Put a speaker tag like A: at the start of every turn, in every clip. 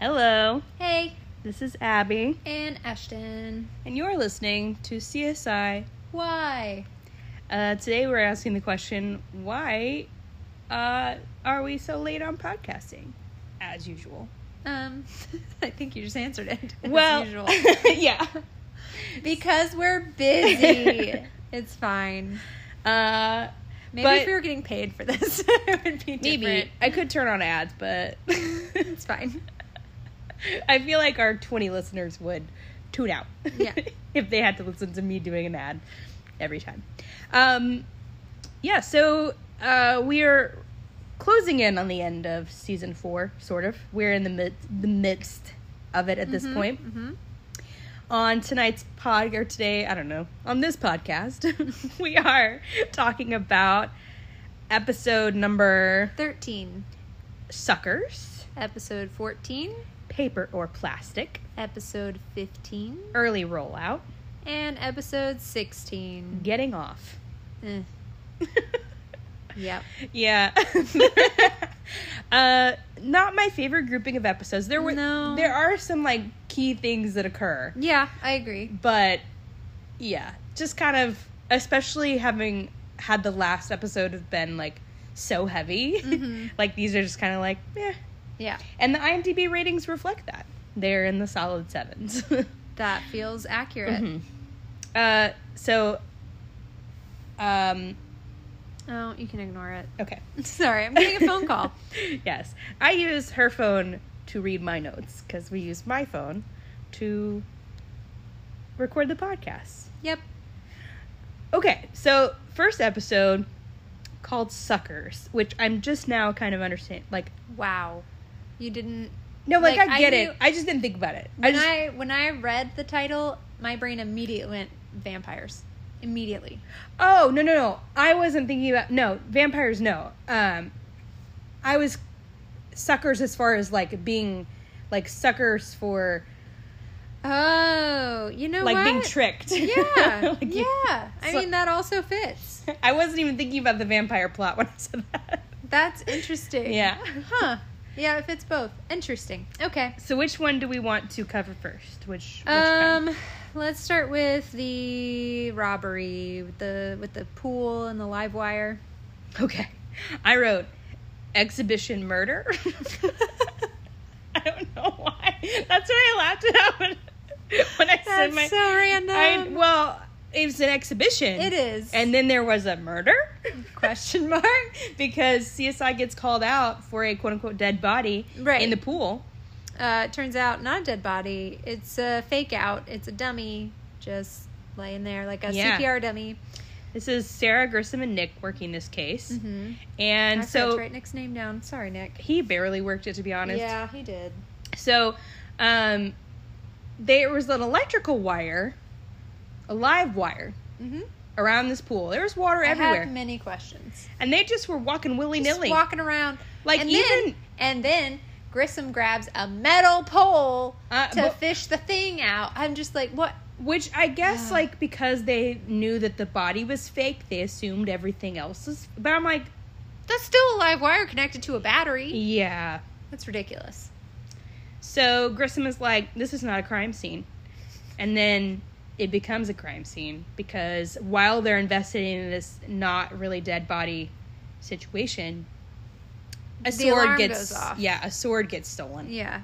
A: Hello,
B: Hey,
A: this is Abby,
B: and Ashton.
A: and you're listening to CSI.
B: Why?
A: Uh, today we're asking the question why uh, are we so late on podcasting? As usual.
B: Um, I think you just answered it. as
A: well,
B: usual.
A: yeah.
B: because we're busy. it's fine.
A: Uh,
B: Maybe
A: But-
B: if we were getting paid for this, it would be different.
A: maybe I could turn on ads, but
B: It's fine.
A: I feel like our 20 listeners would tune out
B: Yeah.
A: if they had to listen to me doing an ad every time. Um, yeah, so uh, we're closing in on the end of season four, sort of. We're in the, mid- the midst of it at this point.
B: Mhm.
A: On tonight's pod, or today, I don't know, on this podcast, we are talking about episode number
B: Thirteen,
A: Suckers,
B: episode fourteen,
A: Paper or Plastic,
B: episode fifteen,
A: Early Rollout,
B: and episode sixteen.
A: Getting Off.
B: Eh, yep.
A: yeah. uh, not my favorite grouping of episodes. There were
B: No.
A: there are some like key things that occur,
B: Yeah, I agree.
A: but yeah, just kind of especially having had the last episode have been like so heavy.
B: Mhm.
A: like these are just kind of like, eh.
B: Yeah,
A: and the IMDb ratings reflect that. They're in the solid sevens.
B: that feels accurate.
A: Mhm. Uh, so, um,
B: Oh, you can ignore it.
A: okay.
B: Sorry, I'm getting a phone call.
A: yes. I use her phone to read my notes because we use my phone to record the podcast.
B: Yep.
A: Okay, so first episode called Suckers, which I'm just now kind of understand. Like,
B: Wow. You didn't
A: no, like,
B: Like,
A: I
B: I
A: get
B: knew-
A: it. I just didn't think about it. I
B: when
A: just,
B: I when I read the title, my brain immediately went vampires. Immediately.
A: oh, no, no, no. I wasn't thinking about, no, vampires, no. Um, I was suckers as far as like being like suckers for
B: Oh, you know
A: like
B: what?
A: being tricked.
B: Yeah.
A: Like, you-
B: yeah. I
A: so-
B: mean that also fits.
A: I wasn't even thinking about the vampire plot when I said that.
B: That's interesting.
A: Yeah.
B: Huh. Yeah, it fits both. Interesting. Okay.
A: So which one do we want to cover first? Which, which kind?
B: Um let's start with the robbery with the with the pool and the live wire.
A: Okay. I wrote exhibition murder. I don't know why. That's what I laughed at when, when I said
B: That's
A: my
B: so random.
A: I well, it was an exhibition.
B: it is.
A: And then there was a murder
B: Question
A: mark because CSI gets called out for a quote unquote dead body
B: Right.
A: in the pool.
B: Uh, it turns out not a dead body. It's a fake out. It's a dummy just laying there like a
A: Yeah.
B: CPR dummy.
A: This is Sarah Grissom and Nick working this case.
B: Mm-hmm.
A: And
B: And
A: so
B: so write Nick's name down. Sorry, Nick.
A: he barely worked it to be honest.
B: Yeah, he did.
A: So um there was an electrical wire, a live wire
B: Mm-hmm.
A: around this pool. There was water
B: I have
A: everywhere.
B: many questions.
A: And they just were walking
B: Just
A: willy-nilly.
B: walking around,
A: Like,
B: and
A: even-
B: then, and then Grissom grabs a metal pole
A: Uh,
B: to
A: but-
B: fish the thing out. I'm just like, what?
A: which I guess
B: Yeah.
A: like because they knew that the body was fake, they assumed everything else was but I'm like,
B: That's still a live wire connected to a
A: E
B: battery.
A: yeah.
B: That's ridiculous.
A: So Grissom is like, this is not a crime scene. And then it becomes a crime scene because while they're investigating this not really dead body situation, a
B: The
A: sword
B: alarm
A: gets
B: goes off.
A: yeah, a sword gets stolen.
B: Yeah.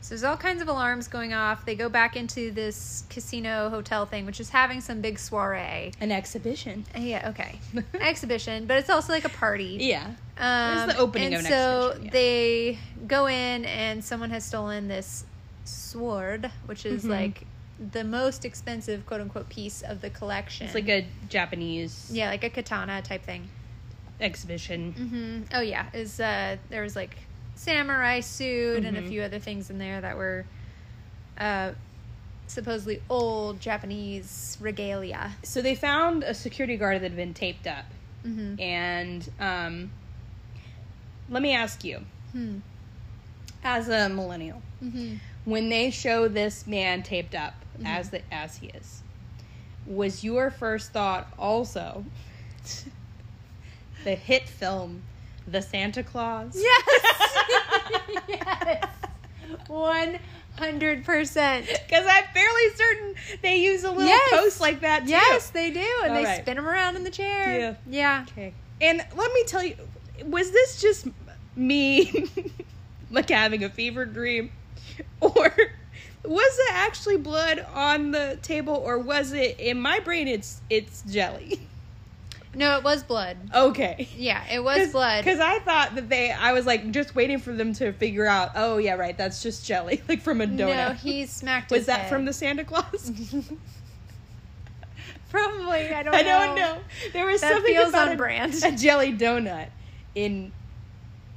B: So there's all kinds of alarms going off. They go back into this casino hotel thing, which is having some big soiree.
A: An exhibition.
B: Uh, Yeah, okay. exhibition, but it's also like a party.
A: Yeah.
B: Um,
A: It's the opening
B: and
A: of an
B: so
A: exhibition, yeah.
B: they go in, and someone has stolen this sword, which is
A: Mhm.
B: like the most expensive quote unquote piece of the collection.
A: It's like a Japanese
B: yeah, like a katana type thing.
A: exhibition.
B: hmm Oh yeah, is uh, there was like samurai suit and a
A: Mhm.
B: few other things in there that were uh, supposedly old Japanese regalia.
A: So they found a security guard that had been taped up.
B: Mm-hmm.
A: And um let me ask you,
B: hmm
A: as a millennial, Mm-hmm.
B: Mhm.
A: when they show this man taped up as the as he is was your first thought also the hit film the santa claus
B: Yes. yes. One hundred percent.
A: Because I'm fairly certain they use a little
B: Yes.
A: post like that too.
B: Yes, they do, and
A: All
B: they
A: right.
B: spin them around in the chair. Yeah.
A: Okay. And let me tell you, was this just me like having a fever dream? Or was it actually blood on the table or was it in my brain it's it's jelly?
B: No, it was blood.
A: Okay.
B: Yeah, it was blood.
A: Because I thought that they I was like just waiting for them to figure out, oh yeah, right, that's just jelly, like from a donut.
B: No, he smacked.
A: was
B: his
A: that
B: head.
A: from the Santa Claus?
B: Probably. I don't.
A: I don't know. There was
B: That
A: something
B: feels
A: about
B: on
A: a,
B: brand.
A: a jelly donut in.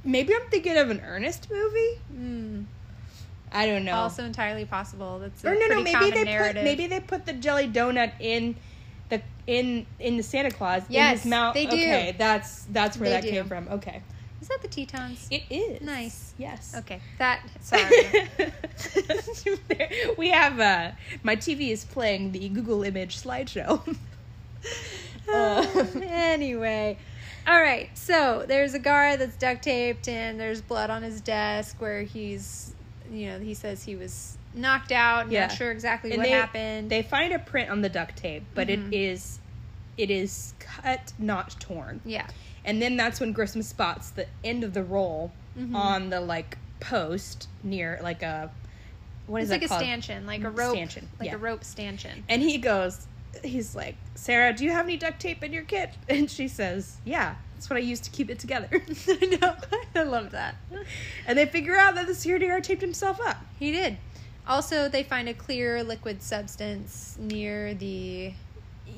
A: Maybe I'm thinking of an Ernest movie.
B: Mm,
A: I don't know.
B: Also entirely possible. That's a
A: Oh. or no, no,
B: pretty
A: maybe
B: common
A: they
B: narrative.
A: put maybe they put the jelly donut in the in in the Santa Claus in
B: Yes,
A: his mouth.
B: they do.
A: Okay, that's that's where
B: They
A: that
B: do.
A: came from. Okay,
B: Is that the Tetons?
A: it is
B: Nice.
A: Yes.
B: Okay, that. Sorry.
A: we have uh my TV is playing the Google image slideshow. Uh,
B: Um, anyway. All right, so there's a guard that's duct taped, and there's blood on his desk where he's, you know, he says he was knocked out.
A: Yeah.
B: Not sure exactly
A: And
B: what
A: they-
B: happened.
A: They find a print on the duct tape, but it
B: Mhm.
A: is it is cut, not torn.
B: yeah.
A: And then that's when Grissom spots the end of the roll
B: Mhm.
A: on the like post near like a what
B: It's
A: is
B: like
A: that
B: a
A: called? Mm,
B: stanchion, like a rope,
A: Stanchion,
B: like
A: yeah.
B: a rope stanchion.
A: And he goes, he's like, Sarah, do you have any duct tape in your kit? And she says, Yeah, that's what I use to keep it together.
B: I know. I love that.
A: and they figure out that the security guard taped himself up.
B: He did. Also, they find a clear liquid substance near the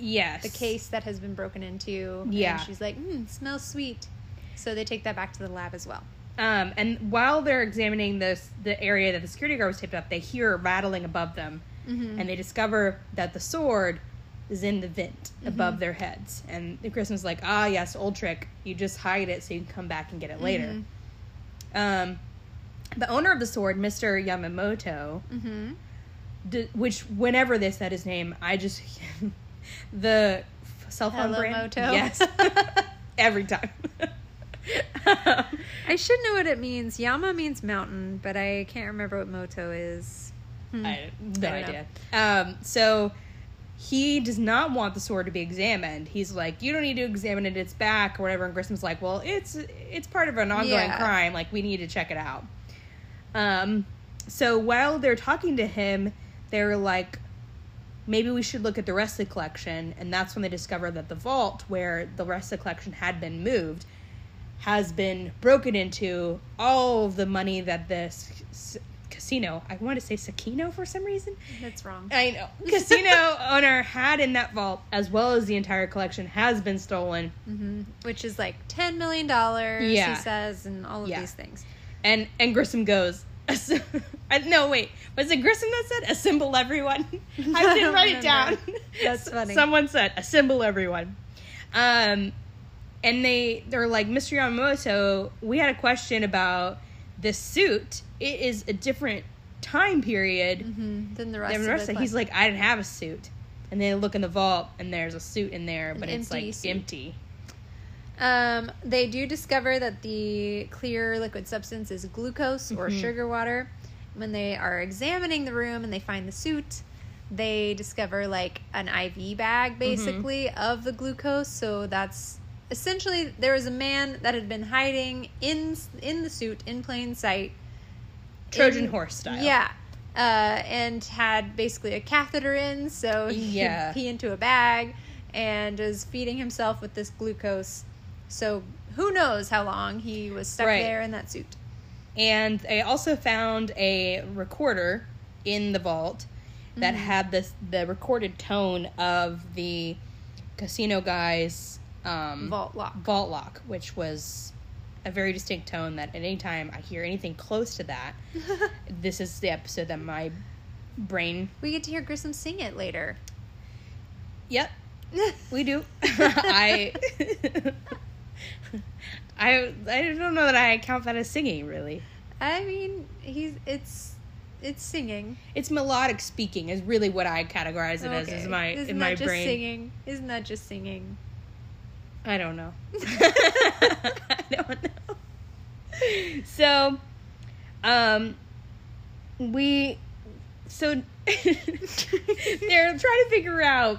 A: Yes,
B: the case that has been broken into.
A: Yeah.
B: And she's like, mm, smells sweet. So they take that back to the lab as well.
A: Um, and while they're examining this, the area that the security guard was taped up, they hear a rattling above them,
B: Mhm.
A: and they discover that the sword is in the vent above their heads. And Kristen's like, "Ah, yes, old trick. You just hide it so you can come back and get it later." Um, the owner of the sword, Mister Yamamoto,
B: Mm-hmm.
A: d- which whenever they said his name, I just the f- cell phone
B: Hello,
A: brand,
B: Moto.
A: yes, every time. Um,
B: I should know what it means. Yama means mountain, but I can't remember what Moto is. Hmm.
A: I no
B: I don't
A: idea. Um, so he does not want the sword to be examined. He's like, you don't need to examine it. It's back or whatever. And Grissom's like, well, it's it's part of an ongoing
B: Yeah.
A: crime. Like we need to check it out. Um, so while they're talking to him, they're like, maybe we should look at the rest of the collection. And that's when they discover that the vault where the rest of the collection had been moved has been broken into. All of the money that this s- casino, I want to say Sakino for some reason.
B: That's wrong.
A: I know. Casino owner had in that vault, as well as the entire collection, has been stolen.
B: hmm Which is like $10 million, yeah.
A: Yeah.
B: he says, and all of
A: Yeah.
B: these things.
A: And and Grissom goes, "Ass- I- no, wait, was it Grissom that said assemble everyone? I
B: I
A: didn't
B: don't
A: write it down.
B: remember. That's funny.
A: Someone said assemble everyone. Um, and they they're like, Mr. Yamamoto, we had a question about this suit. It is a different time period.
B: Mm-hmm. Then the rest
A: And the
B: of
A: rest
B: it.
A: of- he's like, I didn't have a suit. And they look in the vault, and there's a suit in there, but it's
B: empty
A: like
B: suit.
A: empty.
B: Um, they do discover that the clear liquid substance is glucose or sugar water. When they are examining the room and they find the suit, they discover like an IV bag basically of the glucose. So that's essentially there was a man that had been hiding in in the suit in plain sight.
A: Trojan
B: in-
A: horse style.
B: Yeah. Uh, and had basically a catheter in, so he
A: Yeah.
B: could pee into a bag and is feeding himself with this glucose. So who knows how long he was stuck
A: Right.
B: there in that suit.
A: And they also found a recorder in the vault
B: Mm.
A: that had this the recorded tone of the casino guy's um,
B: Vault lock.
A: vault lock, which was a very distinct tone that at any time I hear anything close to that, this is the episode that my brain.
B: we get to hear Grissom sing it later.
A: Yep, We do. I I I don't know that I count that as singing really.
B: I mean, he's it's it's singing.
A: It's melodic speaking is really what I categorize it as is my
B: Isn't
A: in
B: that
A: my
B: just
A: brain.
B: singing? Isn't that just singing?
A: I don't know. I don't know. So um we so they're trying to figure out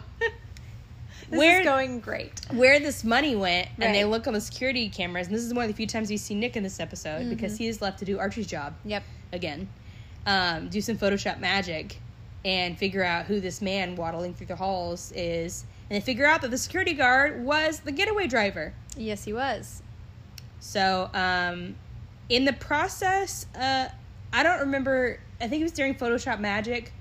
B: This
A: where
B: is going great.
A: where this money went, and they
B: Right.
A: look on the security cameras. And this is one of the few times we see Nick in this episode because
B: Mm-hmm.
A: he is left to do Archie's job
B: Yep.
A: again, um, do some Photoshop magic, and figure out who this man waddling through the halls is, and they figure out that the security guard was the getaway driver.
B: Yes, he was.
A: So, um, in the process, uh, I don't remember. I think it was during Photoshop Magic,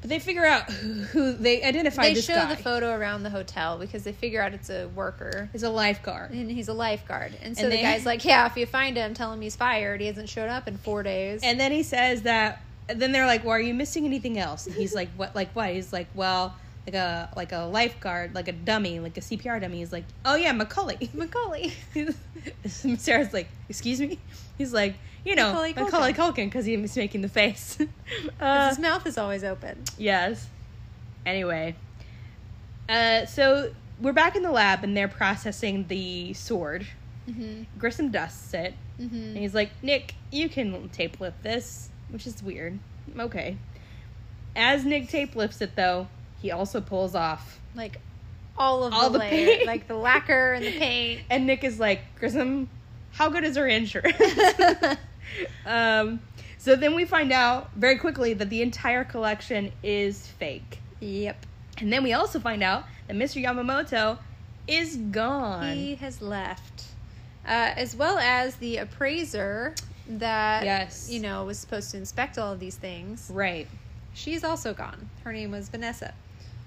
A: but they figure out who, who they identify.
B: They
A: this
B: show
A: guy.
B: the photo around the hotel because they figure out it's a worker
A: is a lifeguard.
B: and he's a lifeguard. And so
A: And
B: the
A: they-
B: guy's like, "Yeah, if you find him, tell him he's fired. He hasn't showed up in four days."
A: And then he says that. And then they're like, "Well, are you missing anything else?" And he's like, "What? Like what?" He's like, "Well, like a like a lifeguard, like a dummy, like a CPR dummy." He's like, "Oh yeah, Macaulay."
B: Macaulay.
A: Sarah's like, "Excuse me." He's like, "You know,
B: Macaulay
A: Macaulay,
B: Culkin."
A: Culkin," because he was making the face. Uh,
B: His mouth is always open.
A: Yes. Anyway, uh, so we're back in the lab and they're processing the sword.
B: Mm-hmm.
A: Grissom dusts it
B: Mm-hmm.
A: and he's like, Nick, you can tape lift this, which is weird. Okay. As Nick tape lifts it, though, he also pulls off.
B: Like all of
A: All the
B: the, layer,
A: paint.
B: like the lacquer and the paint.
A: And Nick is like, Grissom, how good is her insurance? um, so then we find out very quickly that the entire collection is fake.
B: yep.
A: And then we also find out that Mr. Yamamoto is gone.
B: He has left, uh, as well as the appraiser that
A: Yes.
B: you know was supposed to inspect all of these things.
A: right.
B: She's also gone. Her name was Vanessa.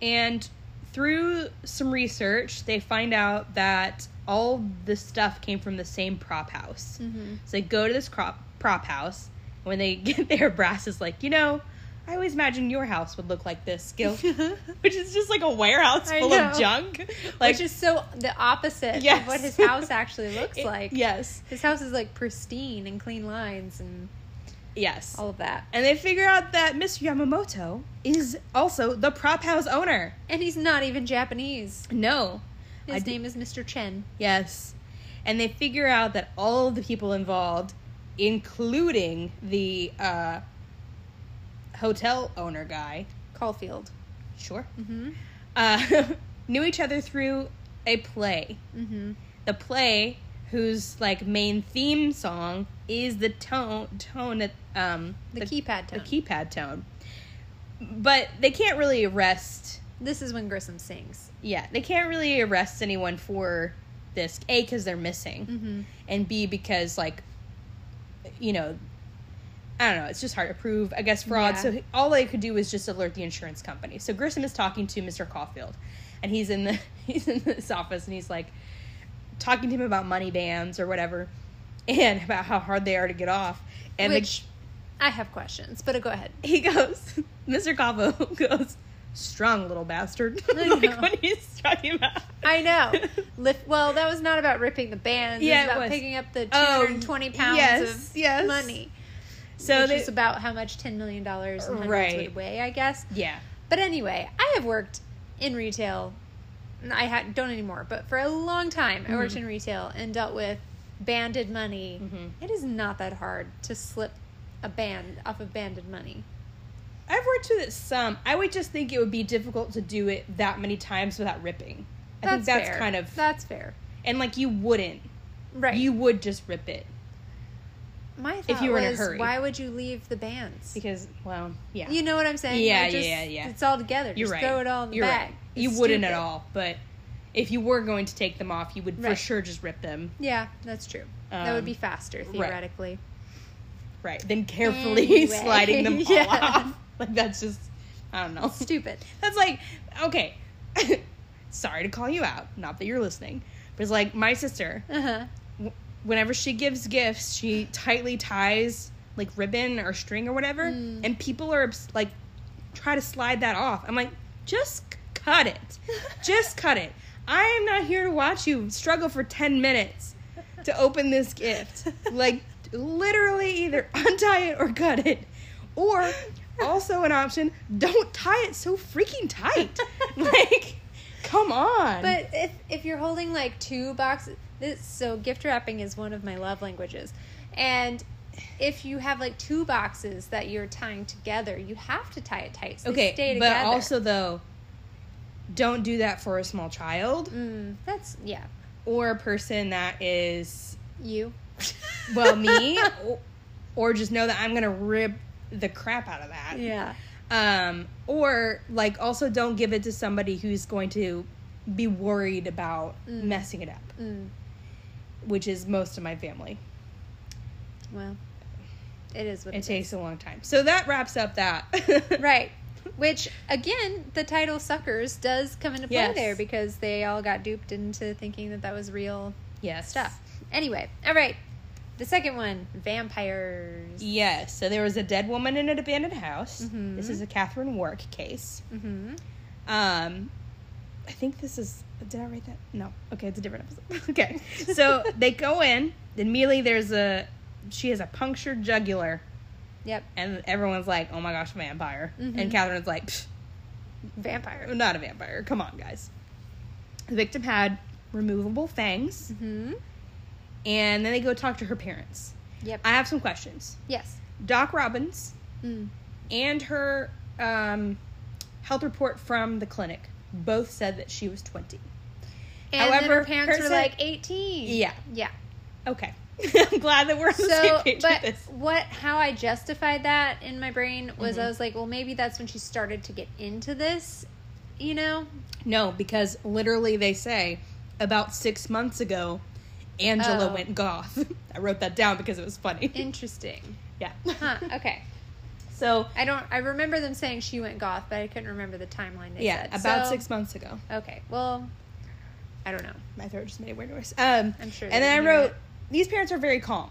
A: And through some research, they find out that all the stuff came from the same prop house.
B: Mm-hmm.
A: So they go to this crop, prop house. When they get there, Brass is like, you know, I always imagined your house would look like this, Gil. Which is just like a warehouse
B: I
A: full
B: know.
A: of junk. Like,
B: Which is so the opposite of
A: Yes.
B: what his house actually looks
A: it-
B: like.
A: Yes.
B: His house is like pristine and clean lines and
A: Yes.
B: all of that.
A: And they figure out that Mr. Yamamoto is also the prop house owner.
B: And he's not even Japanese.
A: No. I
B: His
A: d-
B: name is Mr. Chen.
A: Yes. And they figure out that all of the people involved, including the uh, hotel owner guy,
B: Caulfield.
A: sure,
B: Mm-hmm.
A: uh, knew each other through a play.
B: Mm-hmm.
A: The play, whose like main theme song is the tone tone that um,
B: The, keypad
A: the
B: tone.
A: keypad tone, but they can't really arrest.
B: this is when Grissom sings.
A: Yeah, they can't really arrest anyone for this. A because they're missing.
B: Mm-hmm.
A: and B because like you know I don't know, it's just hard to prove, I guess fraud.
B: Yeah.
A: So all they could do was just alert the insurance company. So Grissom is talking to Mr. Caulfield and he's in the he's in this office and he's like talking to him about money bans or whatever and about how hard they are to get off. And the-
B: Which I have questions, but uh, go ahead.
A: he goes, Mr. Caulfield goes, strong little bastard.
B: I know.
A: like when he's talking about
B: I know. Lift, well, that was not about ripping the bands.
A: Yeah,
B: it
A: it
B: was about
A: was.
B: picking up the
A: Oh,
B: 220 pounds
A: yes,
B: of
A: yes.
B: money.
A: So
B: which
A: they-
B: is about how much $10 million dollars in hundreds
A: Right.
B: would weigh, I guess.
A: Yeah.
B: But anyway, I have worked in retail. I ha- don't anymore, but for a long time, I
A: Mm-hmm.
B: worked in retail and dealt with banded money.
A: Mm-hmm.
B: It is not that hard to slip a band off of banded money.
A: I've worked with it some. I would just think it would be difficult to do it that many times without ripping. I think that's
B: fair.
A: kind of
B: that's fair,
A: and like you wouldn't.
B: right?
A: You would just rip it
B: My thought
A: you were in a
B: was,
A: hurry.
B: why would you leave the bands?
A: because well, yeah.
B: You know what I'm saying?
A: Yeah,
B: Like, just-
A: yeah, yeah.
B: It's all together.
A: You're
B: just
A: right.
B: Throw it all in the
A: You're
B: bag.
A: right.
B: It's
A: You wouldn't at
B: stupid.
A: all, but if you were going to take them off, you would for
B: Right.
A: sure just rip them.
B: Yeah, that's true. that would
A: Um,
B: be faster theoretically.
A: Right. Then carefully
B: Anyway.
A: sliding them all
B: Yeah.
A: off. Like that's just I don't know.
B: Stupid.
A: That's like, okay. Sorry to call you out. Not that you're listening. But it's like my sister,
B: Uh huh.
A: w- whenever she gives gifts, she tightly ties like ribbon or string or whatever, and people are obs- like try to slide that off. I'm like, just c- cut it, just cut it. I am not here to watch you struggle for ten minutes to open this gift. Like, literally, either untie it or cut it, or also an option: don't tie it so freaking tight. Like, come on.
B: But if if you're holding like two boxes, this so gift wrapping is one of my love languages, and if you have like two boxes that you're tying together, you have to tie it tight. So they
A: okay,
B: stay
A: but
B: together.
A: also though, don't do that for a small child
B: Mm, that's yeah,
A: or a person that is
B: you.
A: well me, or, or just know that I'm gonna rip the crap out of that.
B: yeah,
A: Um, or like also don't give it to somebody who's going to be worried about messing it up,
B: Mm,
A: which is most of my family.
B: well, it is what
A: It
B: it is.
A: takes a long time. So that wraps up that.
B: Right. Which again, the title "suckers" does come into play
A: Yes.
B: there because they all got duped into thinking that that was real
A: Yes.
B: stuff. Anyway, all right. The second one, vampires.
A: Yes. So there was a dead woman in an abandoned house.
B: Mhm.
A: This is a Catherine Wark case.
B: Mm-hmm.
A: Um, I think this is. Did I write that? No. Okay, it's a different episode. okay. So they go in. Then immediately there's a. She has a punctured jugular,
B: Yep,
A: and everyone's like, "Oh my gosh, vampire!"
B: Mhm.
A: And Catherine's like, "Psh,
B: vampire.
A: "Not a vampire. Come on, guys." The victim had removable fangs,
B: Mm-hmm.
A: and then they go talk to her parents.
B: Yep.
A: I have some questions.
B: yes.
A: Doc Robbins
B: Mm.
A: and her um, health report from the clinic both said that she was 20.
B: And However,
A: However,
B: her parents
A: person-
B: were like 18.
A: Yeah.
B: Yeah.
A: Okay. I'm glad that we're on the
B: So,
A: same page
B: but
A: with this.
B: what, how I justified that in my brain was
A: Mhm.
B: I was like, well, maybe that's when she started to get into this, you know?
A: No, because literally they say about six months ago, Angela
B: Oh.
A: went goth. I wrote that down because it was funny.
B: Interesting.
A: yeah.
B: Huh. Okay.
A: So,
B: I don't, I remember them saying she went goth, but I couldn't remember the timeline they
A: yeah,
B: said.
A: about
B: So-
A: six months ago.
B: Okay. Well, I don't know.
A: My throat just made a weird noise. Um,
B: I'm sure they
A: And then I
B: knew
A: wrote,
B: it.
A: these parents are very calm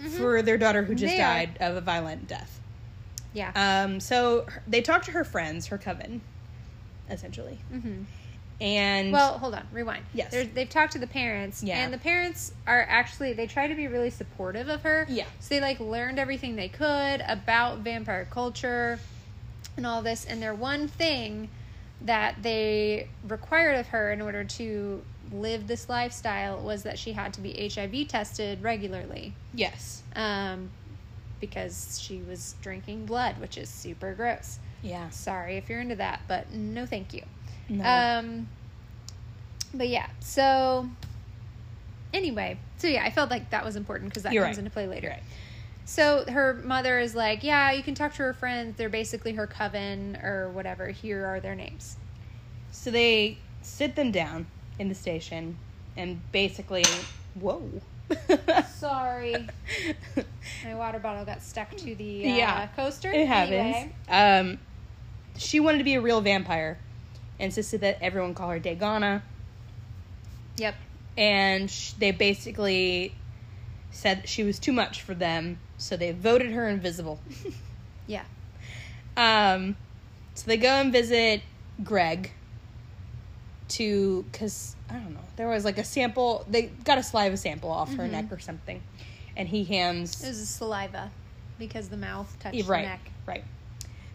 B: Mhm.
A: for their daughter who just
B: They are.
A: died of a violent death.
B: Yeah.
A: Um, so her- they talked to her friends, her coven, essentially.
B: hmm
A: And
B: Well, hold on, rewind.
A: Yes.
B: They're, they've talked to the parents,
A: Yeah.
B: and the parents are actually they try to be really supportive of her.
A: Yeah.
B: So they like learned everything they could about vampire culture and all this, and their one thing that they required of her in order to live this lifestyle was that she had to be HIV tested regularly.
A: yes.
B: Um because she was drinking blood, which is super gross.
A: Yeah.
B: Sorry if you're into that, but no thank you.
A: No.
B: Um, but yeah, so anyway, so yeah, I felt like that was important because that
A: You're
B: comes
A: right.
B: into play later.
A: You're right.
B: So her mother is like, yeah, you can talk to her friends. They're basically her coven or whatever. Here are their names.
A: So they sit them down in the station and basically, whoa.
B: Sorry, my water bottle got stuck to the uh,
A: Yeah,
B: coaster.
A: it happens.
B: Anyway,
A: Um, she wanted to be a real vampire, insisted that everyone call her Dagana,
B: Yep.
A: and sh- they basically said that she was too much for them, so they voted her invisible.
B: Yeah.
A: Um, so they go and visit Greg to, cause I don't know, there was like a sample. They got a saliva sample off
B: Mm-hmm.
A: her neck or something, and he hands
B: It was saliva because the mouth touched
A: Yeah, right,
B: the neck.
A: right.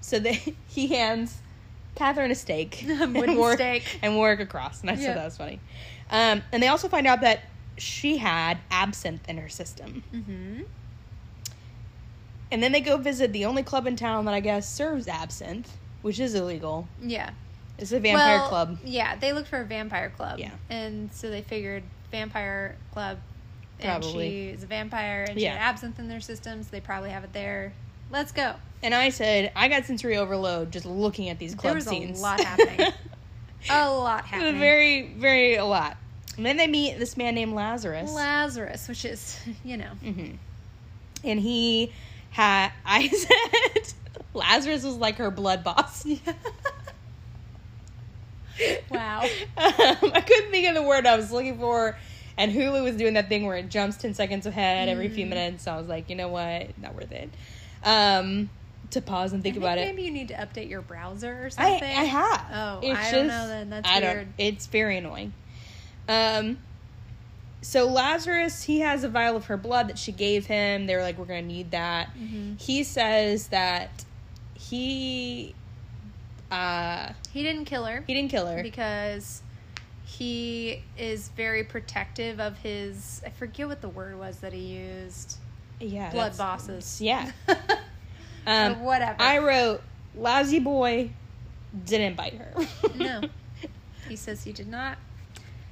A: So they he hands Catherine a steak,
B: A wooden
A: and Warwick-
B: steak.
A: and Warwick across, and I
B: Yeah.
A: said that was funny. Um, and they also find out that she had absinthe in her system,
B: Mm-hmm.
A: and then they go visit the only club in town that I guess serves absinthe, which is illegal.
B: Yeah.
A: It's a vampire
B: Well,
A: club.
B: Yeah, they looked for a vampire club.
A: Yeah.
B: And so they figured vampire club. And
A: Probably.
B: she is a vampire and she
A: Yeah.
B: had absinthe in their system, so they probably have it there. Let's go.
A: And I said, I got sensory overload just looking at these club
B: was a
A: scenes.
B: lot happening.
A: It
B: A lot
A: was
B: happening.
A: very, very a lot. And then they meet this man named Lazarus.
B: Lazarus, which is, you know,
A: hmm And he had, I said, Lazarus was like her blood boss.
B: Wow.
A: Um, I couldn't think of the word I was looking for. And Hulu was doing that thing where it jumps 10 seconds ahead every
B: Mm-hmm.
A: few minutes. So I was like, you know what? Not worth it. Um, to pause and
B: I
A: think about it.
B: maybe you need to update your browser or
A: I,
B: something.
A: I have.
B: Oh, I don't know then. That's weird.
A: it's very annoying. Um, so Lazarus, he has a vial of her blood that she gave him. They were like, we're going to need that.
B: Mhm.
A: He says that he, uh,
B: He didn't kill her
A: he didn't kill her.
B: because he is very protective of his. I forget what the word was that he used.
A: yeah,
B: blood
A: that's-
B: bosses.
A: Yeah.
B: Or
A: Um,
B: whatever.
A: I wrote lousy boy didn't bite her.
B: No. he says he did not.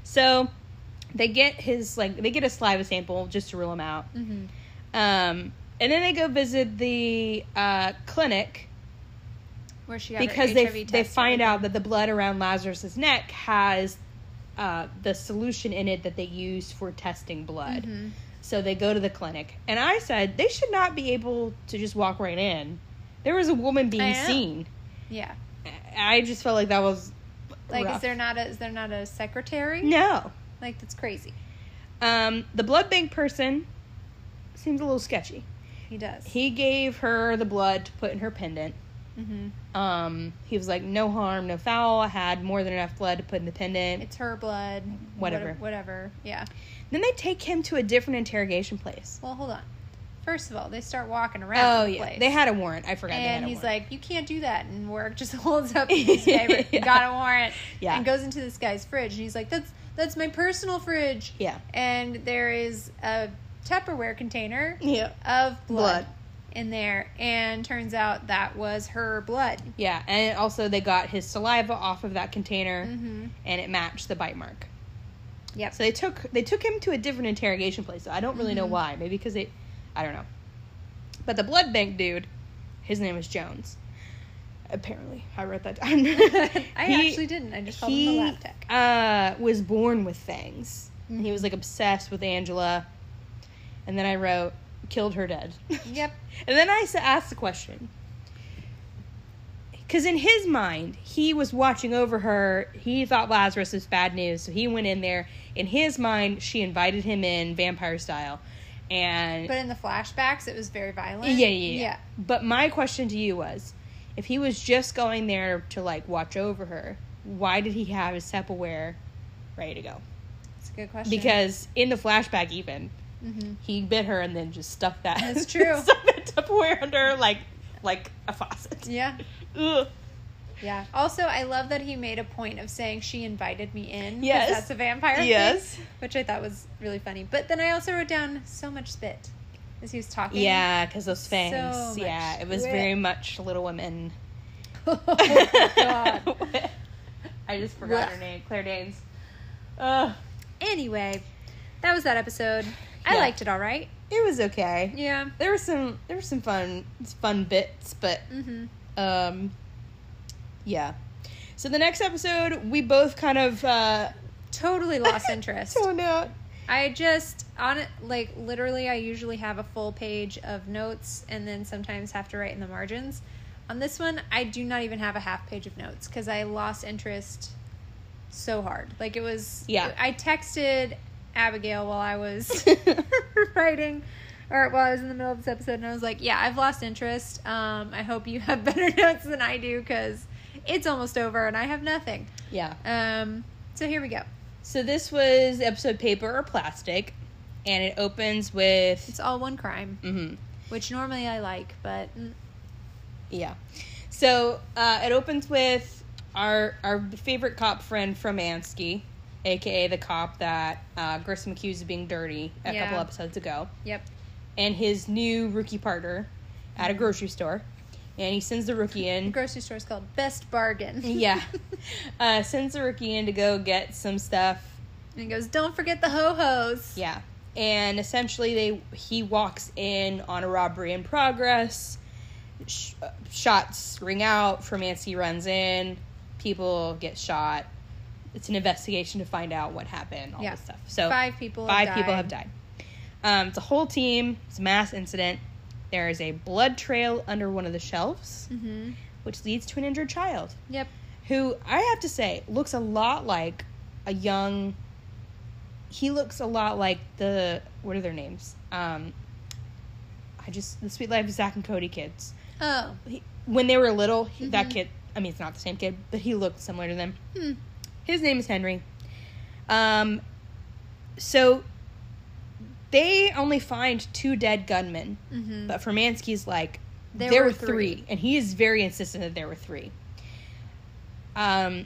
A: So they get his like they get a saliva sample just to rule him out.
B: Mhm.
A: Um, and then they go visit the uh, clinic
B: Where she got her
A: because they
B: HIV
A: they
B: test
A: find
B: taken.
A: out that the blood around Lazarus's neck has uh, the solution in it that they use for testing blood.
B: Mhm.
A: So they go to the clinic, and I said they should not be able to just walk right in. There was a woman being
B: know.
A: seen.
B: Yeah.
A: I I just felt like that was
B: Like,
A: rough.
B: is there not a is there not a secretary?
A: no.
B: Like that's crazy.
A: Um, the blood bank person seems a little sketchy.
B: He does.
A: He gave her the blood to put in her pendant.
B: hmm
A: Um, he was like, no harm, no foul. I had more than enough blood to put in the pendant.
B: It's her blood.
A: Whatever.
B: What- whatever. Yeah.
A: Then they take him to a different interrogation place.
B: Well, hold on. First of all, they start walking around.
A: Oh
B: the
A: yeah,
B: place.
A: they had a warrant. I forgot. they had
B: And
A: a
B: he's
A: warrant.
B: like, "You can't do that." And Warwick just holds up his newspaper,
A: Yeah.
B: got a warrant,
A: Yeah.
B: and goes into this guy's fridge. And he's like, "That's that's my personal fridge."
A: yeah,
B: And there is a Tupperware container
A: yeah,
B: of
A: Blood.
B: blood, in there, and turns out that was her blood.
A: yeah. And also, they got his saliva off of that container,
B: Mm-hmm.
A: and it matched the bite mark.
B: Yep. Mm-hmm.
A: So they took they took him to a different interrogation place. I don't really know why. Maybe because they, I don't know. But the blood bank dude, his name is Jones. Apparently, I wrote that down.
B: I
A: He-
B: actually didn't. I just called him a lap tech. Mm-hmm.
A: uh, was born with things. And he was like obsessed with Angela. And then I wrote, killed her dead.
B: Yep.
A: and then I s- asked the question. Because in his mind, he was watching over her. He thought Lazarus was bad news. So he went in there. In his mind, she invited him in, vampire style. And.
B: But in the flashbacks, it was very violent.
A: Yeah, yeah, yeah. But my question to you was, if he was just going there to like watch over her, why did he have his Tupperware ready to go?
B: It's a good question.
A: Because in the flashback, even
B: Mhm.
A: he bit her and then just stuffed that.
B: That's true.
A: stuffed that Tupperware under her like like a faucet.
B: yeah,
A: Ugh.
B: yeah. Also, I love that he made a point of saying she invited me in. 'cause
A: Yes.
B: that's a vampire. thing,
A: Yes.
B: which I thought was really funny. But then I also wrote down so much spit as he was talking.
A: Yeah, because those fangs.
B: So much
A: yeah, it was
B: wit.
A: very much Little Women.
B: oh my god.
A: I just forgot her
B: Blech.
A: name, Claire Danes. Ugh.
B: Anyway, that was that episode. I
A: Yeah.
B: liked it. All right.
A: It was okay.
B: Yeah.
A: there were some there were some fun fun bits, but
B: Mm-hmm.
A: um, yeah. So the next episode, we both kind of uh,
B: Totally lost interest.
A: tuned out.
B: I just on it like literally I usually have a full page of notes and then sometimes have to write in the margins. On this one, I do not even have a half page of notes cuz I lost interest so hard. Like it was
A: Yeah.
B: I texted Abigail while I was writing or while I was in the middle of this episode and I was like, "Yeah, I've lost interest. Um I hope you have better notes than I do cuz it's almost over and I have nothing."
A: yeah.
B: Um so here we go.
A: So this was the episode paper or plastic, and it opens with
B: It's all one crime.
A: hmm
B: which normally I like, but mm,
A: yeah. So uh, it opens with our our favorite cop friend from Ansky, aka the cop that uh, Grissom accused of being dirty a
B: Yeah.
A: couple episodes ago.
B: yep,
A: and his new rookie partner at a grocery store. And he sends the rookie
B: the
A: in.
B: grocery store is called Best Bargain.
A: Yeah. Uh, sends the rookie in to go get some stuff.
B: and he goes, "Don't forget the ho hos."
A: Yeah. And essentially, they he walks in on a robbery in progress. Sh- uh, shots ring out. Fermancy runs in. People get shot. It's an investigation to find out what happened. All
B: Yeah.
A: this stuff. So
B: Five people.
A: Five
B: have
A: people have died. Um, it's a whole team. It's a mass incident. There is a blood trail under one of the shelves,
B: hmm
A: which leads to an injured child
B: Yep.
A: who I have to say looks a lot like a young. He looks a lot like the what are their names? Um, I just the Sweet Life of Zach and Cody kids.
B: Oh.
A: He, when they were little, he, that kid. I mean, it's not the same kid, but he looked similar to them.
B: Hmm.
A: His name is Henry. Um, so they only find two dead gunmen,
B: hmm
A: but Fermansky's like
B: There
A: there,
B: were
A: were, three.
B: three.
A: and he is very insistent that there were three. Um,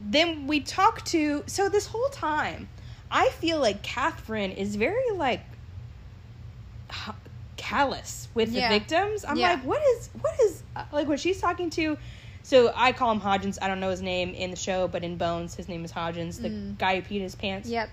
A: then we talk to so this whole time, I feel like Catherine is very like h- callous with
B: Yeah.
A: the victims. I'm
B: Yeah.
A: like, what is what is uh, like when she's talking to? So I call him Hodgins. I don't know his name in the show, but in Bones, his name is Hodgins, the
B: Mm.
A: guy who peed his pants.
B: Yep.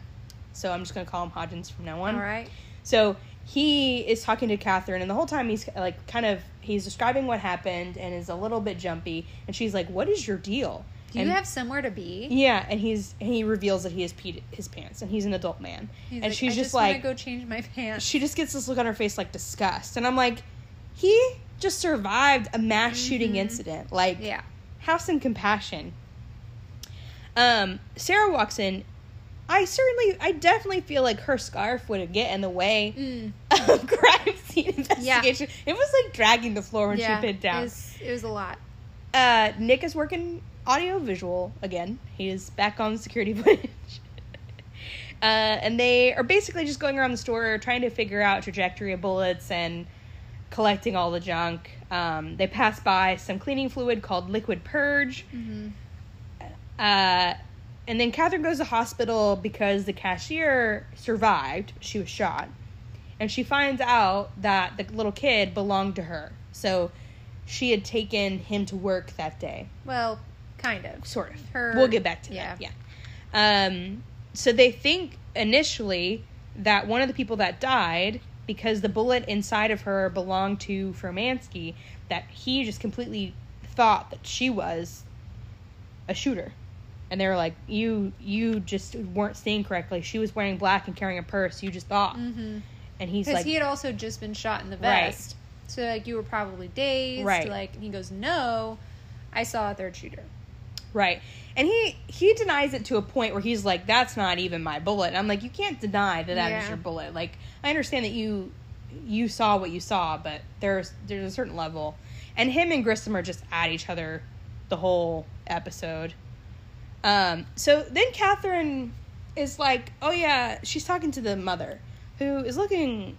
A: So I'm just gonna call him Hodgins from now
B: All
A: on.
B: right.
A: So he is talking to Catherine, and the whole time he's like, kind of, he's describing what happened, and is a little bit jumpy. And she's like, "What is your deal?"
B: Do
A: and,
B: you have somewhere to be?
A: Yeah, and he's and he reveals that he has peed his pants, and he's an adult man,
B: He's
A: and
B: like,
A: she's
B: I
A: just
B: wanna
A: like,
B: go change my pants.
A: she just gets this look on her face like disgust, and I'm like, he just survived a mass shooting incident, like,
B: Mm-hmm. Yeah.
A: have some compassion. Um, Sarah walks in. I certainly, I definitely feel like her scarf would get in the way
B: Mm.
A: of crime scene investigation. It was like dragging the floor when
B: yeah.
A: she bent down.
B: It was, it was a lot.
A: Uh, Nick is working audio visual again. He is back on security footage. uh, and they are basically just going around the store trying to figure out trajectory of bullets and collecting all the junk. Um, they pass by some cleaning fluid called liquid purge.
B: Mm-hmm.
A: Uh, and then Catherine goes to hospital because the cashier survived. She was shot. And she finds out that the little kid belonged to her. So she had taken him to work that day.
B: Well, kind of.
A: Sort of.
B: Her-
A: we'll get back to that.
B: yeah.
A: Yeah. Um, so they think initially that one of the people that died, because the bullet inside of her belonged to Fermansky, that he just completely thought that she was a shooter. And they were like, "You, you just weren't seeing correctly. She was wearing black and carrying a purse. You just thought."
B: Mm-hmm.
A: And he's
B: Because
A: like,
B: he had also just been shot in the
A: Right.
B: vest. So like you were probably dazed.
A: Right.
B: Like and he goes, No, I saw a third shooter.
A: Right. And he he denies it to a point where he's like, "That's not even my bullet." And I'm like, "You can't deny that that is
B: Yeah.
A: your bullet." Like, I understand that you you saw what you saw, but there's there's a certain level. And him and Grissom are just at each other the whole episode. Um, so then Catherine is like, "Oh yeah," she's talking to the mother, who is looking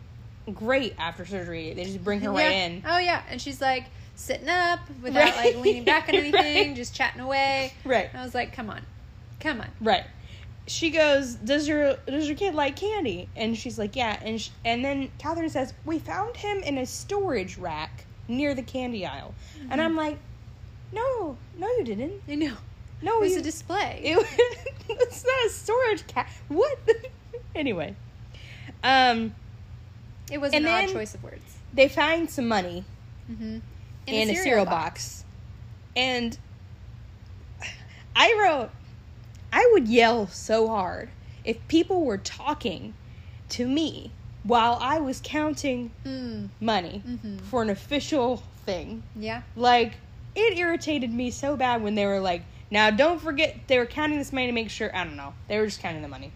A: great after surgery. They just bring her right
B: yeah.
A: in,
B: Oh yeah. And she's like sitting up without
A: Right.
B: like leaning back on
A: Right.
B: anything, just chatting away.
A: right?
B: I was like, Come on. Come on.
A: Right. She goes, "Does your does your kid like candy?" And she's like, "Yeah." And sh and then Catherine says, "We found him in a storage rack near the candy aisle."
B: Mm-hmm.
A: And I'm like, "No, no, you didn't.
B: I know.
A: No,
B: It was
A: you
B: a display.
A: it was- it's not a storage cat. What? anyway, um,
B: It was
A: And
B: an odd
A: then-
B: choice of words.
A: they find some money
B: Mm-hmm.
A: in, a cereal, box. and I wrote, I would yell so hard if people were talking to me while I was counting
B: Mm,
A: money
B: Mhm.
A: for an official thing.
B: yeah.
A: Like, it irritated me so bad when they were like, now don't forget they were counting this money to make sure. I don't know. They were just counting the money.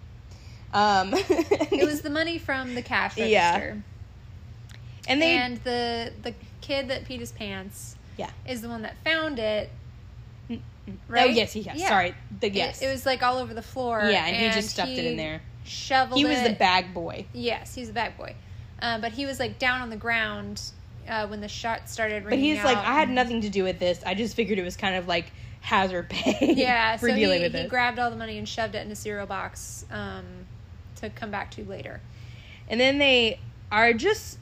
A: Um,
B: It was the money from the cash register.
A: Yeah. and they
B: and the the kid that peed his pants
A: Yeah.
B: is the one that found it.
A: oh
B: right?
A: yes yes
B: Yeah.
A: sorry the
B: It-
A: yes
B: It, was like all over the floor.
A: yeah and, he just stuffed it in
B: he
A: there.
B: Shoveled
A: He was the
B: it.
A: bag boy.
B: Yes, he's the bad boy. Uh, but he was like down on the ground uh, when the shot started.
A: But
B: ringing
A: he's like,
B: out.
A: I had nothing to do with this. I just figured it was kind of like hazard pay
B: Yeah,
A: for
B: so
A: dealing
B: he,
A: with
B: he
A: it.
B: grabbed all the money and shoved it in a cereal box um, to come back to later.
A: and then they are just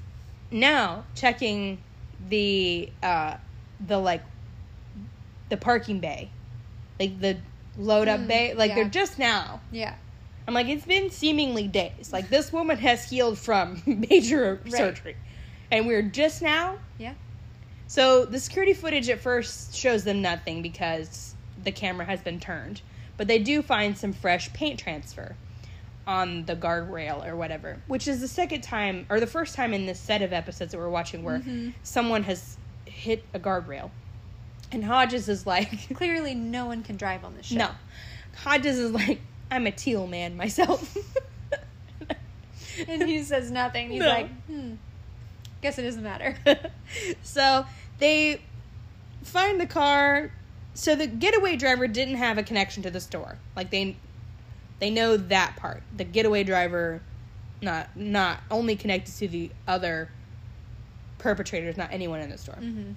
A: now checking the uh the like the parking bay, like the load up
B: Mm,
A: bay. Like
B: yeah.
A: they're just now.
B: Yeah,
A: I'm like, it's been seemingly days. Like this woman has healed from major
B: Right.
A: surgery, and we're just now
B: yeah.
A: So the security footage at first shows them nothing because the camera has been turned, but they do find some fresh paint transfer on the guardrail or whatever, which is the second time or the first time in this set of episodes that we're watching where
B: Mm-hmm.
A: someone has hit a guardrail. And Hodges is like,
B: Clearly, no one can drive on this show.
A: no. Hodges is like, I'm a teal man myself.
B: and he says nothing. He's
A: No.
B: like, hmm, guess it doesn't matter.
A: so they find the car. So the getaway driver didn't have a connection to the store. Like they they know that part. The getaway driver not not only connected to the other perpetrators, not anyone in the store.
B: Mhm.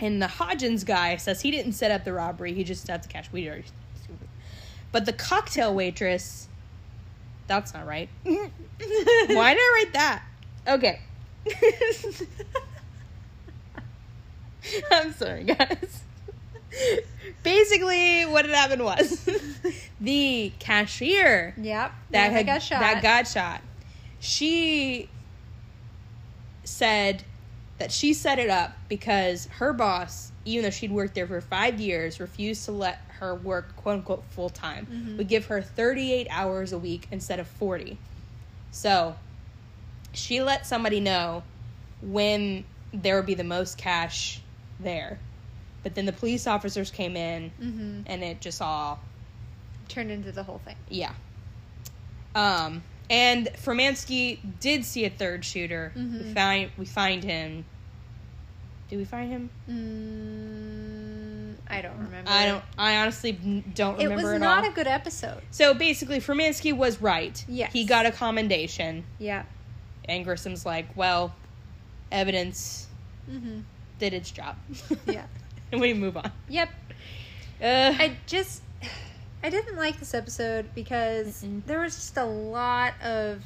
A: And the Hodgins guy says he didn't set up the robbery. He just set up the cash. We already. But the cocktail waitress. That's not right. Why did I write that? Okay. I'm sorry, guys. Basically, what had happened was the cashier
B: Yep.
A: that
B: Then I
A: had
B: got shot.
A: that got shot. She said that she set it up because her boss, even though she'd worked there for five years, refused to let her work quote unquote full time.
B: Mm-hmm.
A: Would give her thirty eight hours a week instead of forty. So she let somebody know when there would be the most cash there. But then the police officers came in
B: mm-hmm.
A: and it just all
B: turned into the whole thing.
A: yeah. Um, and Fermansky did see a third shooter. We
B: Mhm.
A: find we find him. Do we find him?
B: Mm, I don't remember.
A: I don't. I honestly n- don't
B: It
A: remember
B: was
A: at
B: not
A: all.
B: a good episode.
A: so basically, Fermansky was right.
B: Yes.
A: he got a commendation,
B: Yeah.
A: and Grissom's like, "Well, evidence
B: Mm-hmm.
A: did its job."
B: Yeah.
A: and we move on.
B: Yep.
A: Uh,
B: I just I didn't like this episode because
A: Mm-mm.
B: there was just a lot of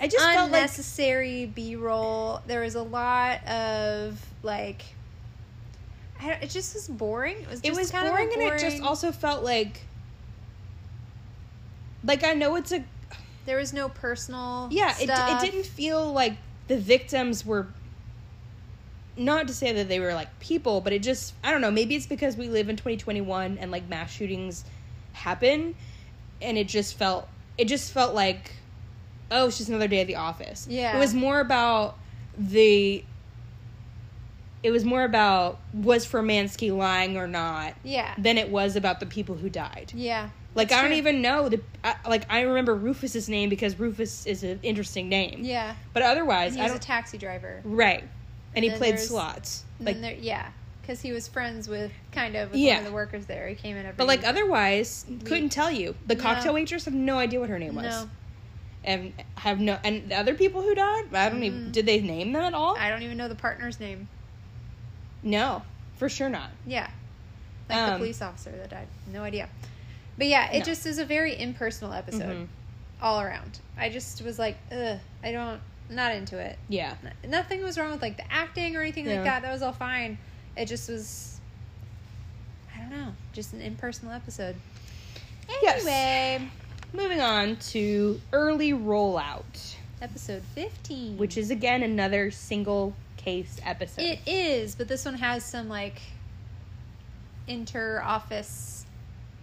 A: I just felt like
B: unnecessary B-roll. There was a lot of like I don't, it just was boring. It was
A: it
B: just
A: was
B: kind
A: boring,
B: of a
A: and it just
B: boring-
A: also felt like, like I know it's a
B: there was no personal
A: yeah it, it
B: stuff.
A: didn't feel like the victims were not to say that they were like people but it just i don't know maybe it's because we live in 2021 and like mass shootings happen and it just felt it just felt like oh it's just another day at the office
B: Yeah.
A: it was more about the it was more about was Fermansky lying or not
B: Yeah.
A: than it was about the people who died
B: Yeah.
A: like
B: That's
A: I don't
B: true.
A: even know the I, like I remember Rufus's name because Rufus is an interesting name.
B: Yeah.
A: But otherwise,
B: And he
A: I
B: was a
A: don't
B: taxi driver.
A: right. And he
B: then
A: played
B: there's-
A: slots.
B: And
A: Like
B: then there, yeah, because he was friends with kind of with
A: Yeah.
B: one of the workers there. He came in every.
A: but like otherwise couldn't tell you. The
B: No.
A: cocktail waitress have no idea what her name was.
B: no,
A: And have no and the other people who died, I don't even
B: Mhm.
A: did they name them at all?
B: I don't even know the partner's name.
A: no. For sure not.
B: Yeah, like the
A: Um,
B: police officer that died. No idea. But yeah, it
A: No.
B: just is a very impersonal episode
A: Mhm.
B: all around. I just was like, ugh, I don't, not into it.
A: Yeah.
B: N- Nothing was wrong with like the acting or anything
A: No.
B: like that. That was all fine. It just was, I don't know, just an impersonal episode.
A: Yes.
B: Anyway,
A: Moving on to early rollout,
B: episode fifteen,
A: which is again another single case episode.
B: It is, but this one has some like inter office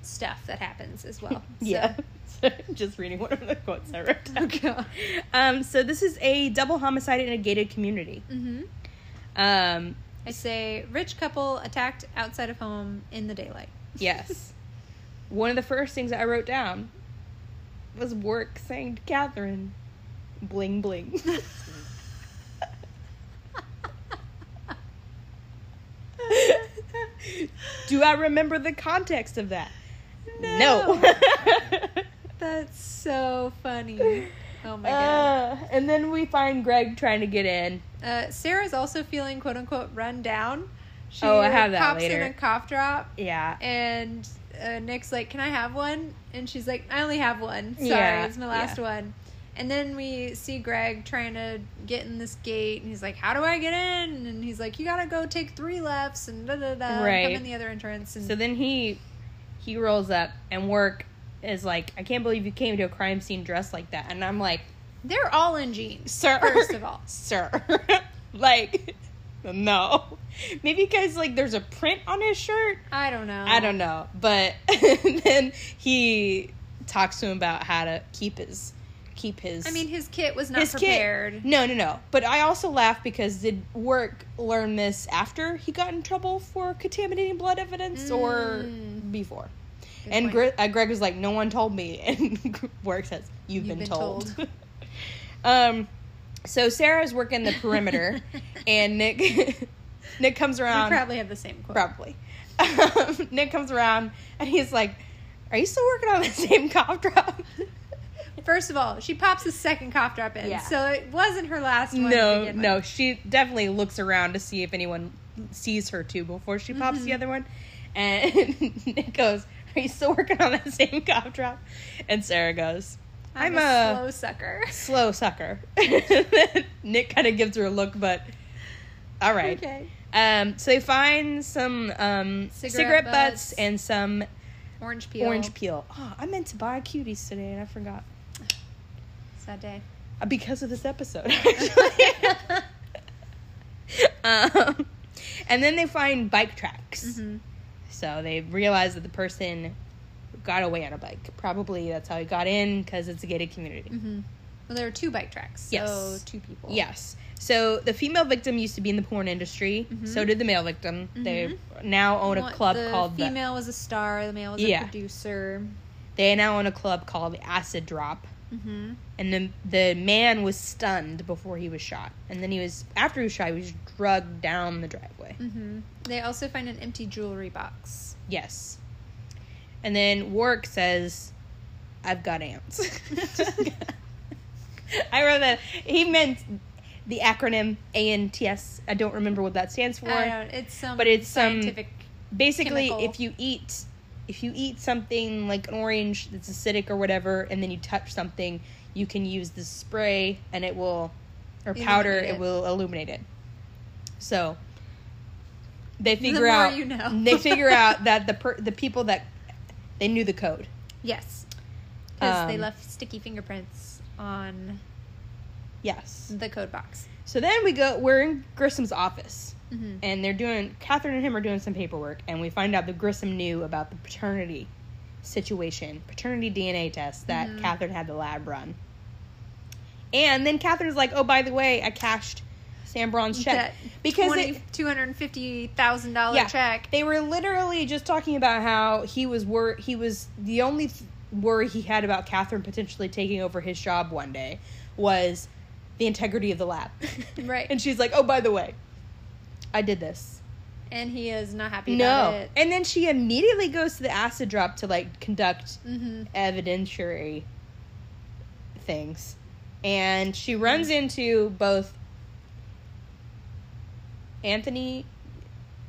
B: stuff that happens as well.
A: Yeah.
B: So.
A: So, just reading one of the quotes I wrote down.
B: Oh, God.
A: Um, so this is a double homicide in a gated community.
B: hmm
A: Um,
B: I say rich couple attacked outside of home in the daylight.
A: yes. one of the first things I wrote down was Warwick saying to Catherine, bling bling. Do I remember the context of that?
B: Oh That's so funny. Oh my god.
A: Uh, and then we find Greg trying to get in.
B: Uh, Sarah's also feeling quote unquote run down. She
A: Oh, I have
B: like,
A: that
B: pops
A: later.
B: in a cough drop
A: Yeah.
B: and uh, Nick's like, "Can I have one?" And she's like, "I only have one. Sorry,
A: Yeah,
B: it's my last one." And then we see Greg trying to get in this gate, and he's like, "How do I get in?" And he's like, "You gotta go take three lefts and da da da, and
A: Right.
B: come in the other entrance." And
A: So then he he rolls up and work is like, I can't believe you came to a crime scene dressed like that. And I'm like,
B: they're all in jeans,
A: sir,
B: first of all.
A: sir, like, no. Maybe because like there's a print on his shirt.
B: I don't know.
A: I don't know, but then he talks to him about how to keep his keep his.
B: I mean, his kit was not
A: his kid-
B: prepared.
A: No, no, no. But I also laugh because did work learn this after he got in trouble for contaminating blood evidence or
B: Mm.
A: before?
B: Good
A: and
B: point.
A: Gre- uh, Greg was like, "No one told me," and Work says, "You've, been, told." um, so Sarah's working the perimeter, and Nick Nick comes
B: we
A: around
B: probably have the same quote.
A: probably. Um, Nick comes around and he's like, "Are you still working on the same cough drop?"
B: First of all, she pops a second cough drop in,
A: Yeah.
B: so it wasn't her last one. to
A: no,
B: begin with.
A: no. She definitely looks around to see if anyone sees her too before she pops
B: Mm-hmm.
A: the other one. And Nick goes, "Are you still working on that same cough drop?" And Sarah goes, I'm
B: I'm, a,
A: a-
B: slow sucker.
A: Slow sucker. Nick kind of gives her a look, but all right.
B: Okay.
A: Um, so they find some um,
B: Cigarette
A: cigarette,
B: butts.
A: butts. and some
B: Orange peel.
A: orange peel. Oh, I meant to buy cuties today and I forgot.
B: Sad day.
A: Uh, Because of this episode, actually. um, and then they find bike tracks.
B: hmm
A: So they realize that the person got away on a bike. Probably that's how he got in because it's a gated community.
B: hmm Well, there were two bike tracks. So
A: Yes.
B: two people.
A: Yes. So the female victim used to be in the porn industry. So did the male victim. They now own a
B: One-
A: club
B: the
A: called Mm-hmm. the,
B: female was a star. The male was
A: Yeah.
B: a producer.
A: They now own a club called Acid Drop.
B: Mm-hmm.
A: And then the man was stunned before he was shot. And then he was after he was shot, he was drugged down the driveway.
B: Mm-hmm. They also find an empty jewelry box.
A: Yes. And then Warwick says, I've got ants. I wrote that. He meant the acronym ANTS. I don't remember what that stands for.
B: I don't, it's some
A: Ah. but it's um, some-
B: scientific.
A: Basically,
B: chemical.
A: if you eat if you eat something like an orange that's acidic or whatever and then you touch something, you can use the spray and it will or powder,
B: Illuminate
A: it.
B: it.
A: will illuminate it. So they figure
B: more
A: out
B: you know.
A: they figure out that the per- the people that they knew the code.
B: yes. Because they
A: Um,
B: left sticky fingerprints on
A: Yes.
B: the code box.
A: So then we go. We're in Grissom's office,
B: Mm-hmm.
A: and they're doing. Catherine and him are doing some paperwork, and we find out that Grissom knew about the paternity situation, paternity DNA test that
B: Mhm.
A: Catherine had the lab run. And then Catherine's like, "Oh, by the way, I cashed Sam Braun's check because it-
B: two hundred fifty thousand dollar
A: Yeah.
B: check.
A: they were literally just talking about how he was wor- he was the only th- worry he had about Catherine potentially taking over his job one day was the integrity of the lab.
B: Right.
A: and she's like, "Oh, by the way, I did this."
B: and he is not happy about
A: no.
B: it.
A: And then she immediately goes to the acid drop to like conduct
B: Mm-hmm.
A: evidentiary things. And she runs into both Anthony.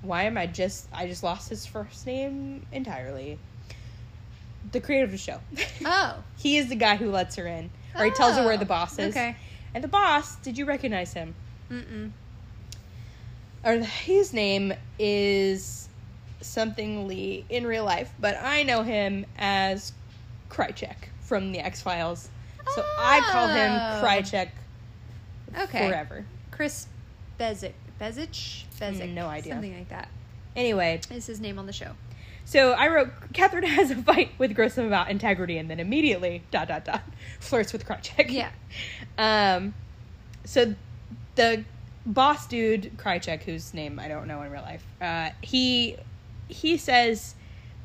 A: Why am I just. I just lost his first name entirely. The creator of the show.
B: Oh,
A: he is the guy who lets her in, or he tells her where
B: Oh,
A: the boss is.
B: Okay.
A: And the boss, did you recognize him?
B: Mm-mm.
A: Or his name is something Lee in real life, but I know him as Krychek from the X Files. So I call him
B: Oh.
A: Krychek
B: Okay.
A: forever.
B: Chris Bezic. Bezic? Bezic.
A: no idea.
B: Something like that
A: Anyway,
B: is his name on the show.
A: so I wrote Catherine has a fight with Grissom about integrity and then immediately dot dot dot flirts with Krychek.
B: Yeah.
A: Um so the boss dude Krychek, whose name I don't know in real life, uh, he he says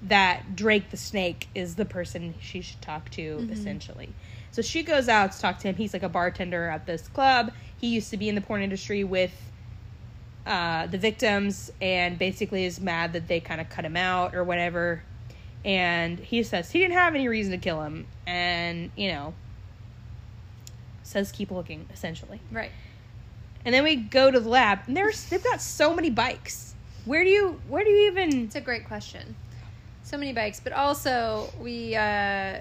A: that Drake the Snake is the person she should talk to, essentially. So she goes out to talk to him. He's like a bartender at this club. He used to be in the porn industry with uh, the victims, and basically is mad that they kind of cut him out or whatever. And he says he didn't have any reason to kill him, and you know, says keep looking, essentially.
B: Right.
A: And then we go to the lab, and there's they've got so many bikes. Where do you where do you even?
B: It's a great question. So many bikes, but also we uh,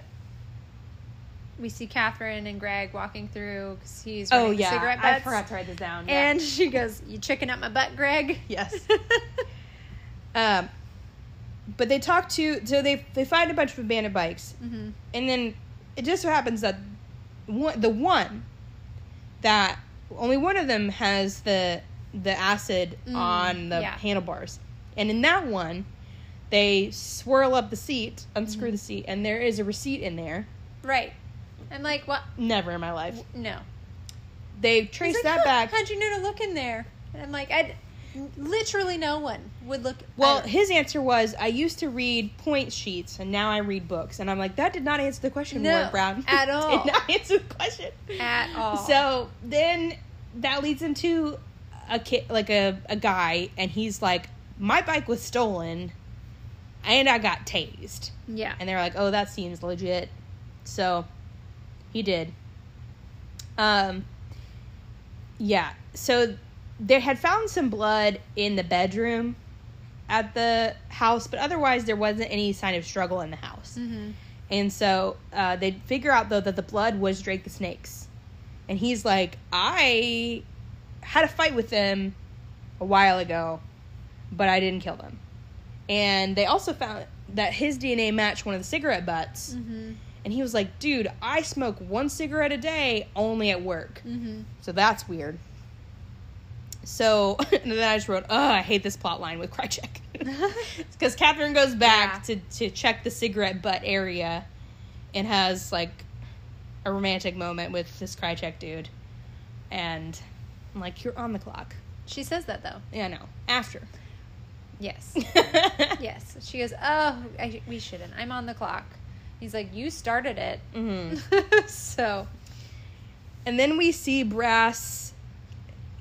B: we see Catherine and Greg walking through because he's running
A: Oh
B: the
A: yeah,
B: cigarette butts.
A: I forgot to write this down. yeah.
B: And she goes, "You chicken up my butt, Greg."
A: yes, um, but they talk to so they they find a bunch of abandoned bikes,
B: hmm
A: and then it just so happens that one the one that only one of them has the the acid
B: Mm,
A: on the
B: yeah.
A: handlebars, and in that one. They swirl up the seat,
B: Mm-hmm.
A: unscrew the seat, and there is a receipt in there.
B: Right. I'm like, "What?
A: Never in my life.
B: No."
A: They trace
B: He's like,
A: that
B: "Huh,
A: back.
B: How'd you know to look in there? And I'm like, I literally no one would look.
A: Well,
B: I-
A: his answer was, I used to read point sheets and now I read books. And I'm like, that did not answer the question,
B: No,
A: Warren Brown.
B: at all.
A: did not answer the question.
B: At all.
A: So then that leads into a kid, like a, a guy, and he's like, my bike was stolen and I got tased.
B: yeah.
A: And they're like, oh, that seems legit. So he did. Um, yeah. So they had found some blood in the bedroom at the house, but otherwise there wasn't any sign of struggle in the house.
B: Mm-hmm.
A: And so uh, they figure out though that the blood was Drake the Snake's, and he's like, I had a fight with them a while ago, but I didn't kill them. And they also found that his DNA matched one of the cigarette butts.
B: Mm-hmm.
A: And he was like, dude, I smoke one cigarette a day only at work.
B: Mm-hmm.
A: So that's weird. So and then I just wrote, "Oh, I hate this plot line with Krychek," because Catherine goes back to to check the cigarette butt area, and has like a romantic moment with this Krychek dude, and I'm like, "You're on the clock."
B: She says that though.
A: Yeah, no, after.
B: Yes.
A: yeah.
B: yes. She goes, "Oh, I, we shouldn't. I'm on the clock." He's like, "You started it."
A: hmm
B: so,
A: And then we see Brass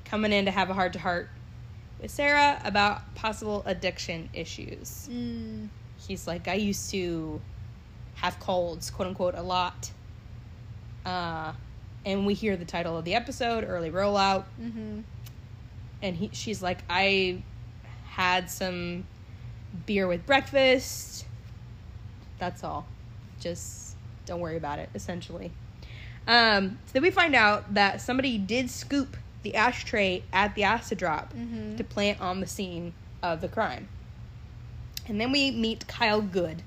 A: coming in to have a heart to heart with Sarah about possible addiction issues.
B: mm,
A: he's like i used to have colds quote unquote a lot uh and we hear the title of the episode early rollout
B: mm-hmm.
A: and he she's like i had some beer with breakfast that's all just don't worry about it essentially um so then we find out that somebody did scoop the ashtray at the acid drop
B: Mhm.
A: to plant on the scene of the crime and then we meet kyle good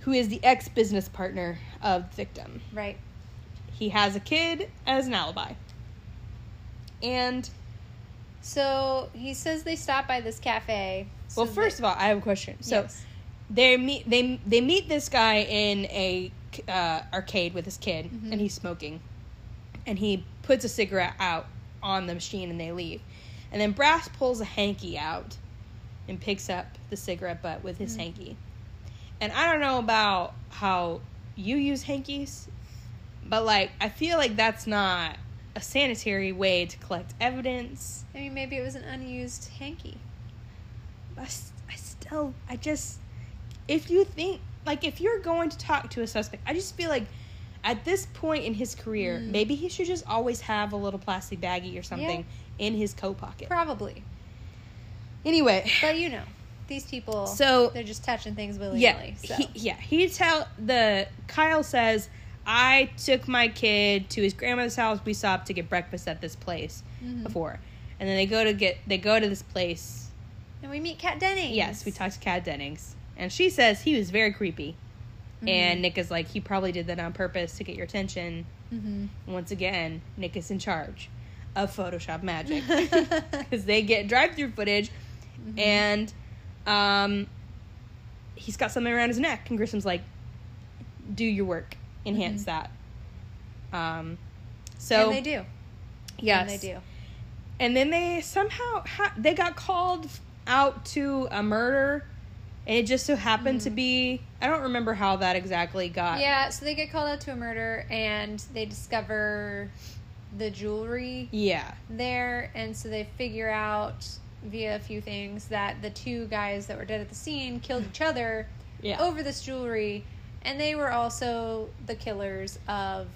A: who is the ex-business partner of the victim
B: right.
A: he has a kid as an alibi and
B: So he says they stop by this cafe.
A: well first of all i have a question so
B: yes.
A: they meet they they meet this guy in a uh, arcade with his kid, and he's smoking, and he puts a cigarette out on the machine, and they leave, and then Brass pulls a hanky out, and picks up the cigarette butt with his hanky, and I don't know about how you use hankies, but like I feel like that's not a sanitary way to collect evidence.
B: I mean, maybe it was an unused hanky.
A: I, s- I still, I just, if you think, like, if you're going to talk to a suspect, I just feel like at this point in his career,
B: Mm.
A: maybe he should just always have a little plastic baggie or something in his coat pocket.
B: Probably.
A: Anyway,
B: But you know, these people,
A: So-
B: they're just touching things willy
A: yeah,
B: nilly. So.
A: he, yeah, he tell the Kyle says, I took my kid to his grandmother's house. We stopped to get breakfast at this place
B: Mhm.
A: before, and then they go to get they go to this place
B: and we meet Kat Denning.
A: Yes, we talked to Kat Dennings, and she says he was very creepy. And Nick is like, he probably did that on purpose to get your attention.
B: Mm-hmm.
A: Once again, Nick is in charge of Photoshop magic because they get drive-through footage,
B: Mm-hmm.
A: and um, he's got something around his neck, and Grissom's like, "Do your work, enhance that." Um, so
B: and Mm-hmm. they do.
A: yes,
B: And they do.
A: and then they somehow ha- they got called out to a murder and it just so happened to be i don't remember how that exactly got
B: Mm. Yeah, so they get called out to a murder and they discover the jewelry
A: yeah
B: there. And so they figure out via a few things that the two guys that were dead at the scene killed each other
A: yeah
B: over this jewelry. And they were also the killers of.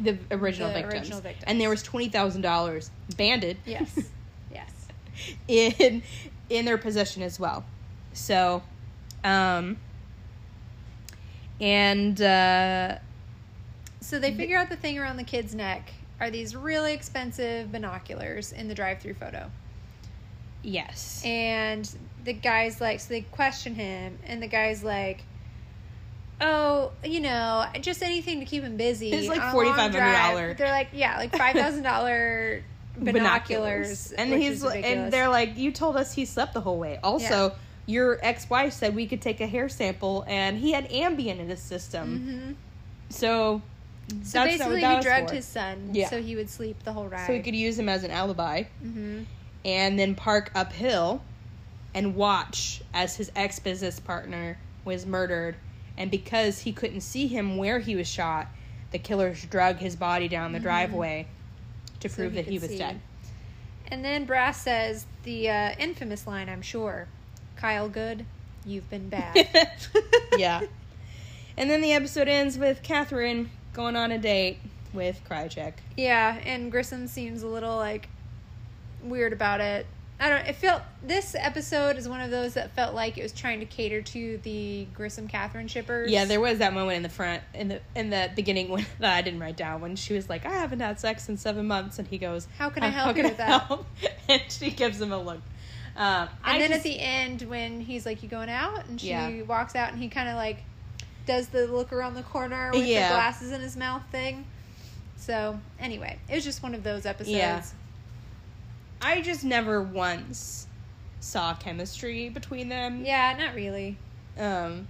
A: the original
B: the
A: victims
B: original victims.
A: and there was $20000 banded
B: Yes. yes.
A: in in their possession as well so um and uh
B: So they figure out the thing around the kid's neck are these really expensive binoculars in the drive through photo.
A: yes
B: And the guy's like, so they question him, and the guy's like, oh, you know, just anything to keep him busy.
A: It's like
B: on a long drive."
A: $4,500.
B: They're like, yeah, like $5,000 binoculars.
A: and
B: which
A: he's
B: is
A: like, and
B: ridiculous.
A: they're like you told us he slept the whole way also your ex-wife said we could take a hair sample and he had ambien in his system
B: Mhm.
A: so
B: So
A: that's not
B: basically,
A: what that
B: he
A: was
B: drugged
A: for.
B: his son
A: Yeah.
B: so he would sleep the whole ride.
A: so we could use him as an alibi
B: hmm
A: and then park uphill and watch as his ex-business partner was murdered and because he couldn't see him where he was shot the killers drug his body down the driveway to
B: Mm-hmm. So
A: prove
B: he
A: that he
B: could
A: was
B: see.
A: dead
B: And then Brass says the uh, infamous line, I'm sure Kyle Good, you've been bad.
A: yeah. And then the episode ends with Catherine going on a date with Krychek.
B: Yeah, and Grissom seems a little like weird about it. I don't. It felt this episode is one of those that felt like it was trying to cater to the Grissom Catherine shippers.
A: Yeah, there was that moment in the front in the in the beginning when that I didn't write down when she was like, "I haven't had sex in seven months," and he goes,
B: How can I
A: "Uh,
B: help you with that?"
A: help?" And she gives him a look. Um,
B: And
A: I
B: then
A: just,
B: at the end, when he's like, "You going out?" and she
A: Yeah.
B: walks out, and he kind of like does the look around the corner with
A: Yeah.
B: the glasses in his mouth thing. So anyway, it was just one of those episodes.
A: Yeah. I just never once saw chemistry between them.
B: Yeah, not really,
A: Um,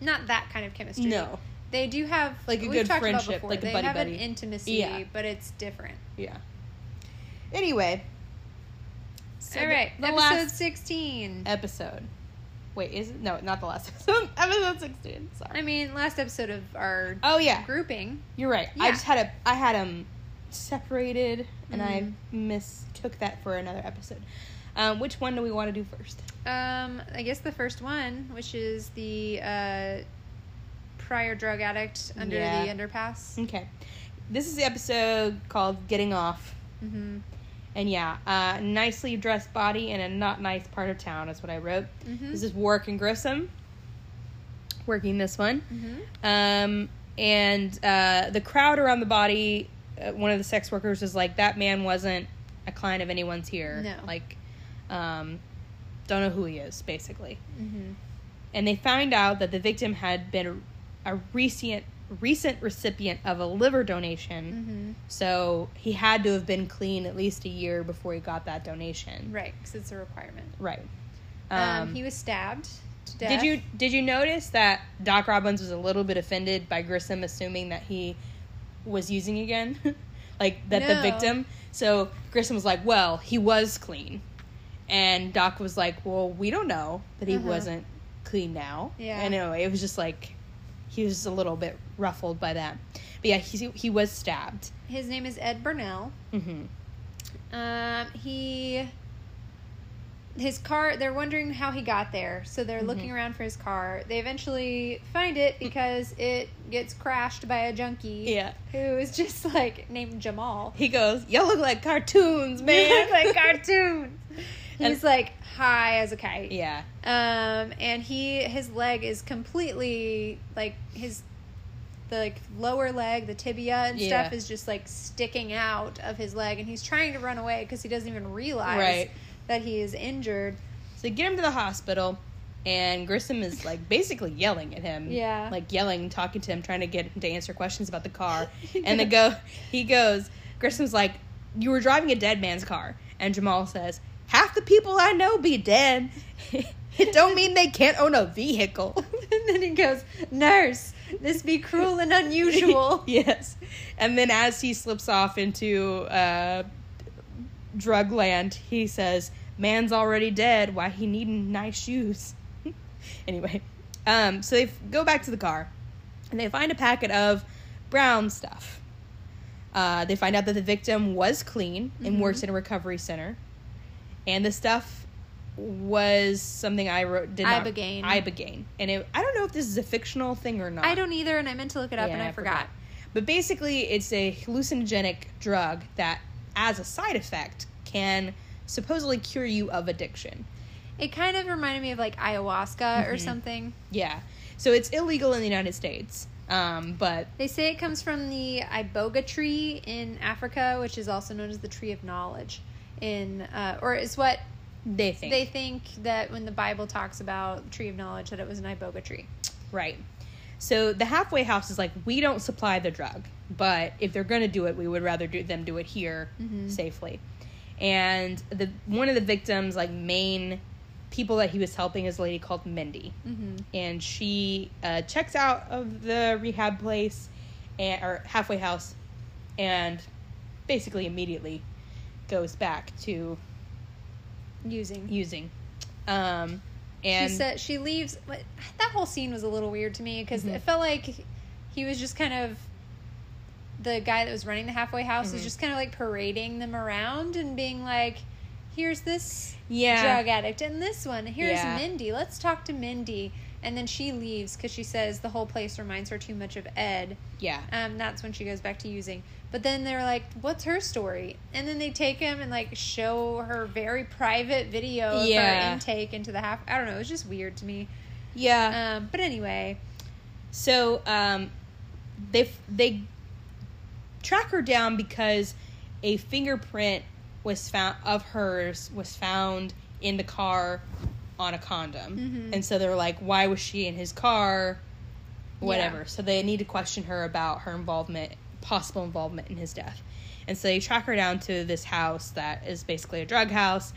B: not that kind of chemistry.
A: no.
B: they do have
A: Like a
B: we've
A: good
B: talked about
A: friendship,
B: before,
A: like a
B: they have an
A: buddy-buddy.
B: intimacy,
A: Yeah.
B: but it's different.
A: Yeah. Anyway. So
B: All right,
A: The, the
B: episode
A: last
B: sixteen.
A: episode. Wait, is it? No, not the last episode. episode 16. Sorry.
B: I mean, last episode of our
A: oh, yeah.
B: grouping.
A: You're right. I
B: Yeah.
A: just had a I had them separated and I
B: Mm.
A: mistook that for another episode. Um, which one do we want to do first?
B: Um, I guess the first one, which is the uh, prior drug addict under
A: Yeah.
B: the underpass.
A: Okay. This is the episode called Getting Off.
B: Mm-hmm.
A: And yeah, uh, nicely dressed body in a not nice part of town is what I wrote.
B: Mhm.
A: This is Warwick and Grissom working this one.
B: Mm-hmm.
A: Um, and uh, the crowd around the body, uh, one of the sex workers is like, that man wasn't a client of anyone's here.
B: No.
A: Like, um, don't know who he is, basically.
B: Mm-hmm.
A: And they found out that the victim had been a, a recent recent recipient of a liver donation.
B: Mm-hmm.
A: So he had to have been clean at least a year before he got that donation.
B: Right, because it's a requirement.
A: Right.
B: Um,
A: Um,
B: he was stabbed to death.
A: did you did you notice that Doc Robbins was a little bit offended by Grissom assuming that he was using again, like that the
B: No.
A: victim? So Grissom was like, "Well, he was clean," and Doc was like, "Well, we don't know that he
B: Uh-huh.
A: wasn't clean now."
B: Yeah.
A: I know it was just like he was a little bit ruffled by that, but yeah, he he was stabbed.
B: His name is Ed Burnell.
A: hmm
B: Um, he. His car, they're wondering how he got there, so they're
A: Mm-hmm.
B: looking around for his car. They eventually find it because it gets crashed by a junkie
A: Mm. Yeah.
B: who is just like named Jamal.
A: He goes, "Y'all look like cartoons, man."
B: You look like cartoons.
A: And-
B: He's like high as a kite.
A: yeah.
B: Um, and he his leg is completely like his the like lower leg, the tibia and
A: Yeah.
B: stuff is just like sticking out of his leg, and he's trying to run away because he doesn't even realize
A: Right.
B: that he is injured.
A: So they get him to the hospital, and Grissom is like basically yelling at him.
B: Yeah.
A: Like yelling, talking to him, trying to get him to answer questions about the car. and they go, he goes, Grissom's like, You were driving a dead man's car. And Jamal says, Half the people I know be dead. it don't mean they can't own a vehicle.
B: and then he goes, "Nurse, this be cruel and unusual."
A: yes. And then as he slips off into uh, drug land, he says, Man's already dead. Why he needing nice shoes? anyway, um, so they f- go back to the car and they find a packet of brown stuff. Uh, they find out that the victim was clean
B: Mm-hmm.
A: and works in a recovery center. And the stuff was something I wrote. Did not-
B: Ibogaine.
A: Ibogaine. And it, I don't know if this is a fictional thing or not.
B: I don't either, and I meant to look it up
A: Yeah,
B: and I,
A: I
B: forgot.
A: forgot. But basically, it's a hallucinogenic drug that, as a side effect, can supposedly cure you of addiction.
B: It kind of reminded me of like ayahuasca or
A: Mm-hmm.
B: something.
A: Yeah. So it's illegal in the United States. Um, but
B: They say it comes from the iboga tree in Africa, which is also known as the tree of knowledge. In uh, or is what
A: they think.
B: they think that when the Bible talks about tree of knowledge, that it was an iboga tree.
A: right. So the halfway house is like, we don't supply the drug, but if they're going to do it, we would rather do them do it here safely. And the one of the victims, like main people that he was helping, is a lady called Mindy.
B: Mm-hmm.
A: and she uh, checks out of the rehab place and, or halfway house and basically immediately goes back to
B: Using.
A: using um and
B: she said she leaves. But that whole scene was a little weird to me because it
A: Mm-hmm.
B: felt like he was just kind of the guy that was running the halfway house
A: Mm-hmm.
B: was just kind of like parading them around and being like, "Here's this
A: yeah
B: drug addict. And this one, here's
A: Yeah.
B: Mindy. Let's talk to Mindy. And then she leaves because she says the whole place reminds her too much of Ed.
A: yeah
B: Um, that's when she goes back to using. But then they're like, "What's her story?" And then they take him and like show her very private video of
A: Yeah.
B: her intake into the half. I don't know. It was just weird to me.
A: Yeah.
B: Um, but anyway,
A: So um, they they track her down because a fingerprint was found of hers was found in the car on a condom,
B: Mhm.
A: and so they're like, "Why was she in his car?" Whatever.
B: Yeah.
A: So they need to question her about her involvement, possible involvement in his death, and so they track her down to this house that is basically a drug house,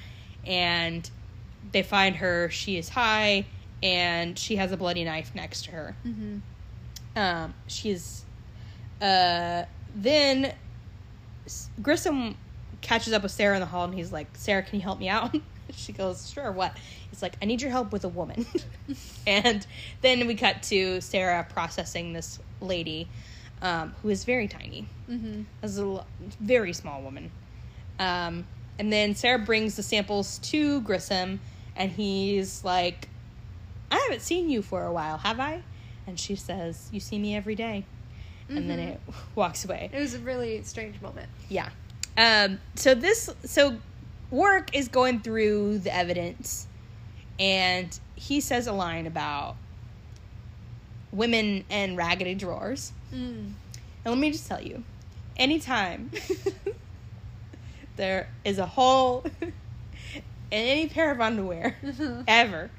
A: and they find her. She is high, and she has a bloody knife next to her.
B: hmm
A: Um, she's uh, then S- Grissom catches up with Sarah in the hall and he's like, Sarah, can you help me out? she goes, Sure, what? He's like, I need your help with a woman. and then we cut to Sarah processing this lady um, who is very tiny.
B: hmm
A: This is a l- very small woman. Um, and then Sarah brings the samples to Grissom, and he's like, I haven't seen you for a while, have I? And she says, You see me every day." And then
B: Mhm.
A: it walks away.
B: it was a really strange moment.
A: Yeah. Um, so this, so Warwick is going through the evidence, and he says a line about women and raggedy drawers.
B: Mm.
A: And let me just tell you, anytime there is a hole in any pair of underwear ever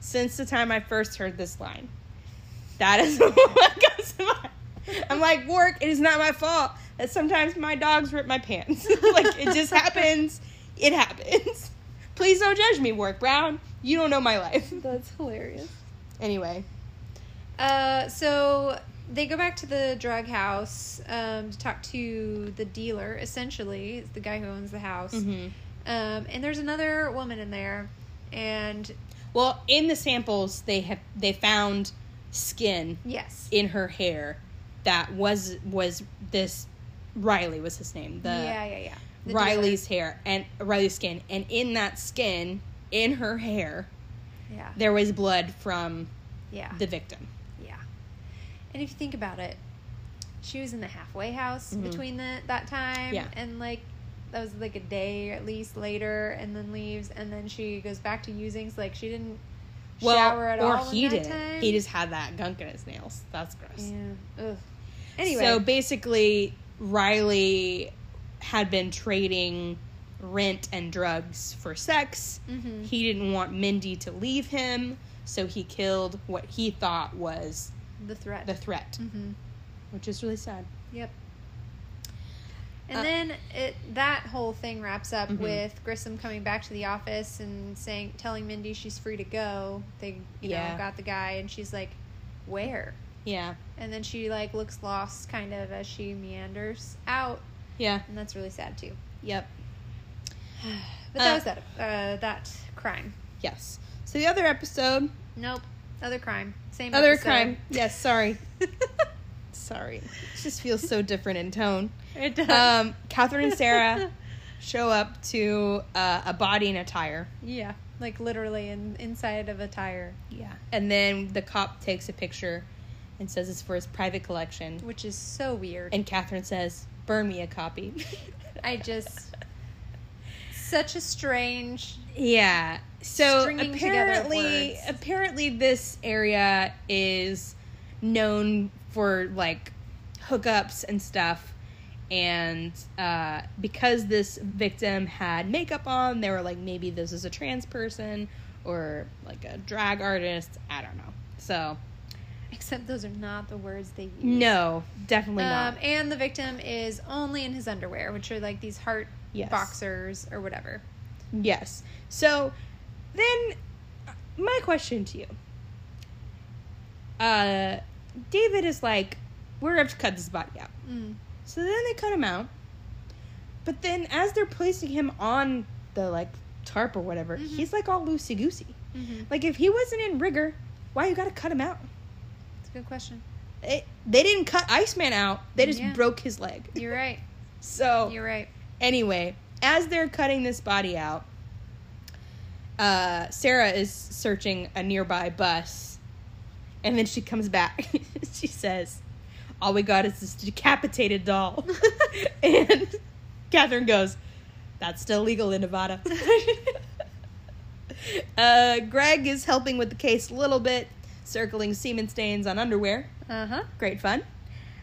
A: since the time I first heard this line, that is what comes to mind. I'm like, work, it is not my fault that sometimes my dogs rip my pants. like, it just happens. It happens. Please don't judge me, Work Brown. You don't know my life.
B: That's hilarious.
A: Anyway.
B: Uh, so they go back to the drug house um, to talk to the dealer. Essentially, it's the guy who owns the house.
A: Mm-hmm.
B: Um, and there's another woman in there, and
A: Well, in the samples, they have they found skin
B: yes,
A: in her hair that was was this Riley was his name. The
B: yeah, yeah, yeah. The
A: Riley's hair and Riley's skin and in that skin in her hair
B: dealer. yeah,
A: there was blood from
B: yeah,
A: the victim.
B: yeah. And if you think about it, she was in the halfway house
A: Mhm.
B: between the, that time,
A: Yeah.
B: and like that was like a day at least later, and then leaves, and then she goes back to using. So like she didn't
A: Well,
B: shower at
A: or
B: all. in
A: he
B: that
A: didn't.
B: time.
A: He just had that gunk in his nails. That's gross.
B: Yeah. Ugh. Anyway.
A: So basically Riley had been trading rent and drugs for sex.
B: Mhm.
A: He didn't want Mindy to leave him, so he killed what he thought was
B: the threat.
A: the threat,
B: mm-hmm.
A: which is really sad.
B: Yep. And
A: Uh,
B: then it that whole thing wraps up
A: Mhm.
B: with Grissom coming back to the office and saying, telling Mindy she's free to go. They, you
A: Yeah.
B: know, got the guy, and she's like, "Where?"
A: Yeah.
B: And then she like looks lost, kind of as she meanders out,
A: Yeah.
B: and that's really sad too.
A: Yep.
B: But that
A: Uh,
B: was that uh, that crime.
A: Yes. So the other episode,
B: Nope, other crime. Same
A: other
B: episode.
A: crime. Yes. Sorry. sorry. It just feels so different in tone.
B: it does.
A: Um, Catherine and Sarah show up to uh, a body and a tire.
B: yeah, like literally in, inside of a tire.
A: Yeah. And then the cop takes a picture and says it's for his private collection.
B: which is so weird.
A: And Catherine says, "Burn me a copy."
B: I just such a strange.
A: Yeah. So
B: Stringing together
A: apparently,
B: words.
A: apparently, this area is known for like hookups and stuff. And uh, because this victim had makeup on, they were like, maybe this is a trans person or like a drag artist. I don't know. So
B: Except those are not the words they use.
A: no, definitely
B: Um,
A: not.
B: and the victim is only in his underwear, which are like these heart
A: Yes.
B: boxers or whatever.
A: Yes. So then uh, my question to you. Uh David is like, we're gonna have to cut this body out.
B: Mm.
A: So then they cut him out. But then as they're placing him on the like tarp or whatever,
B: Mhm.
A: he's like all loosey goosey.
B: Mm-hmm.
A: Like if he wasn't in rigor, why you gotta cut him out?
B: That's a good question.
A: It, they didn't cut Iceman out, they just
B: Yeah.
A: broke his leg.
B: You're right.
A: So
B: You're right.
A: Anyway, as they're cutting this body out, uh, Sarah is searching a nearby bus, and then she comes back. she says, all we got is this decapitated doll. and Catherine goes, That's still legal in Nevada. uh, Greg is helping with the case a little bit, circling semen stains on underwear.
B: Uh huh.
A: Great fun.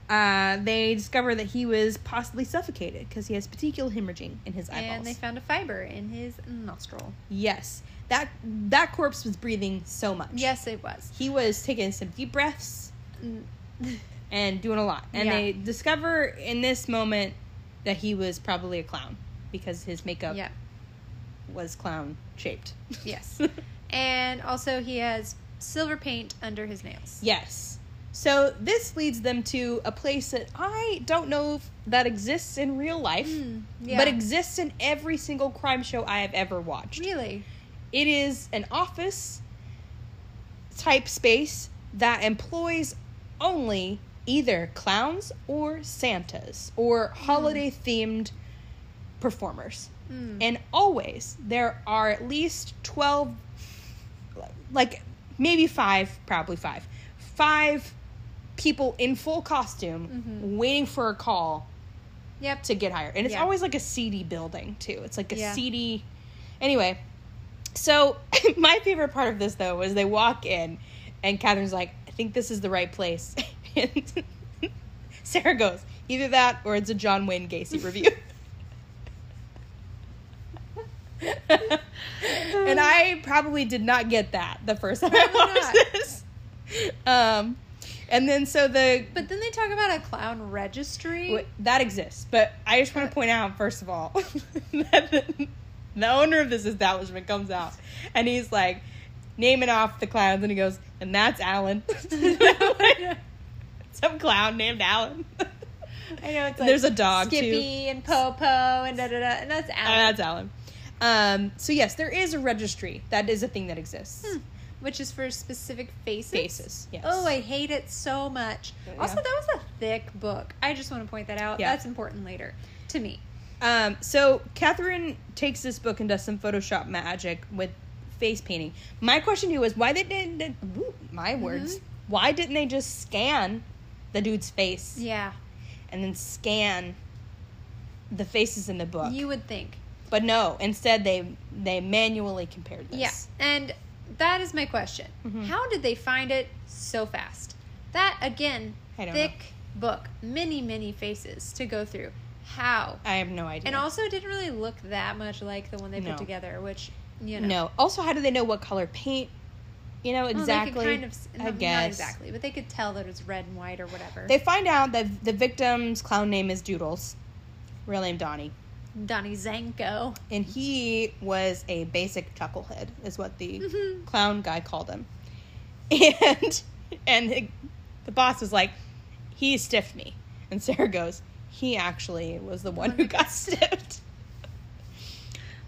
A: Uh, they discover that he was possibly suffocated because he has petechial hemorrhaging in his eyeballs.
B: And they found a fiber in his nostril.
A: yes, that that corpse was breathing so much.
B: Yes, it was. Mm.
A: he was taking some deep breaths and doing a lot. And
B: Yeah.
A: they discover in this moment that he was probably a clown because his makeup
B: Yeah.
A: was clown shaped.
B: Yes. and also, he has silver paint under his nails.
A: yes. So this leads them to a place that I don't know if that exists in real life,
B: Hmm, yeah.
A: but exists in every single crime show I have ever watched.
B: really?
A: It is an office type space that employs only either clowns or Santas or
B: Hmm.
A: holiday themed performers.
B: Mm.
A: And always there are at least 12, like maybe five, probably five, five people in full costume
B: Mhm.
A: waiting for a call
B: Yep.
A: to get hired. And it's
B: Yeah.
A: always like a seedy building too. It's like a
B: Yeah.
A: seedy anyway. So my favorite part of this though was they walk in and Catherine's like, I think this is the right place. and Sarah goes, either that or it's a John Wayne Gacy review. and I probably did not get that the first time I
B: Probably
A: watched
B: not.
A: this. Um, and then so the
B: But then they talk about a clown registry.
A: Wait, that exists, but I just want to point out, first of all, that the, the owner of this establishment comes out and he's like naming off the clowns, and he goes, "And that's Alan, some clown named Alan."
B: I know
A: And
B: it's like
A: there's a dog, too.
B: Skippy and Popo and da da da, and that's
A: and
B: Alan,
A: that's Alan. Um, so yes, there is a registry. That is a thing that exists.
B: Hmm. which is for specific faces.
A: Faces, yes.
B: Oh, I hate it so much.
A: Yeah.
B: Also, that was a thick book. I just want to point that out.
A: Yeah.
B: That's important later to me.
A: Um, so Catherine takes this book and does some Photoshop magic with face painting. My question to you was why they didn't. did- woo, my
B: Mm-hmm.
A: words. Why didn't they just scan the dude's face
B: Yeah,
A: and then scan the faces in the book?
B: you would think.
A: but no, instead they they manually compared this.
B: Yeah, and that is my question.
A: Mhm.
B: How did they find it so fast? That again,
A: I don't
B: thick book, many many faces to go through. How?
A: I have no idea.
B: And also, it didn't really look that much like the one they
A: No.
B: put together, which you know.
A: no. Also, how do they know what color paint? You know
B: Well,
A: exactly.
B: they could kind of, s-
A: I
B: not-
A: guess.
B: Not exactly, but they could tell that it was red and white or whatever.
A: They find out that the victim's clown name is Doodles, real name Donnie.
B: Donnie Zanko.
A: and he was a basic chucklehead is what the
B: Mhm.
A: clown guy called him and and the, the boss was like he stiffed me and sarah goes he actually was the one who got stiffed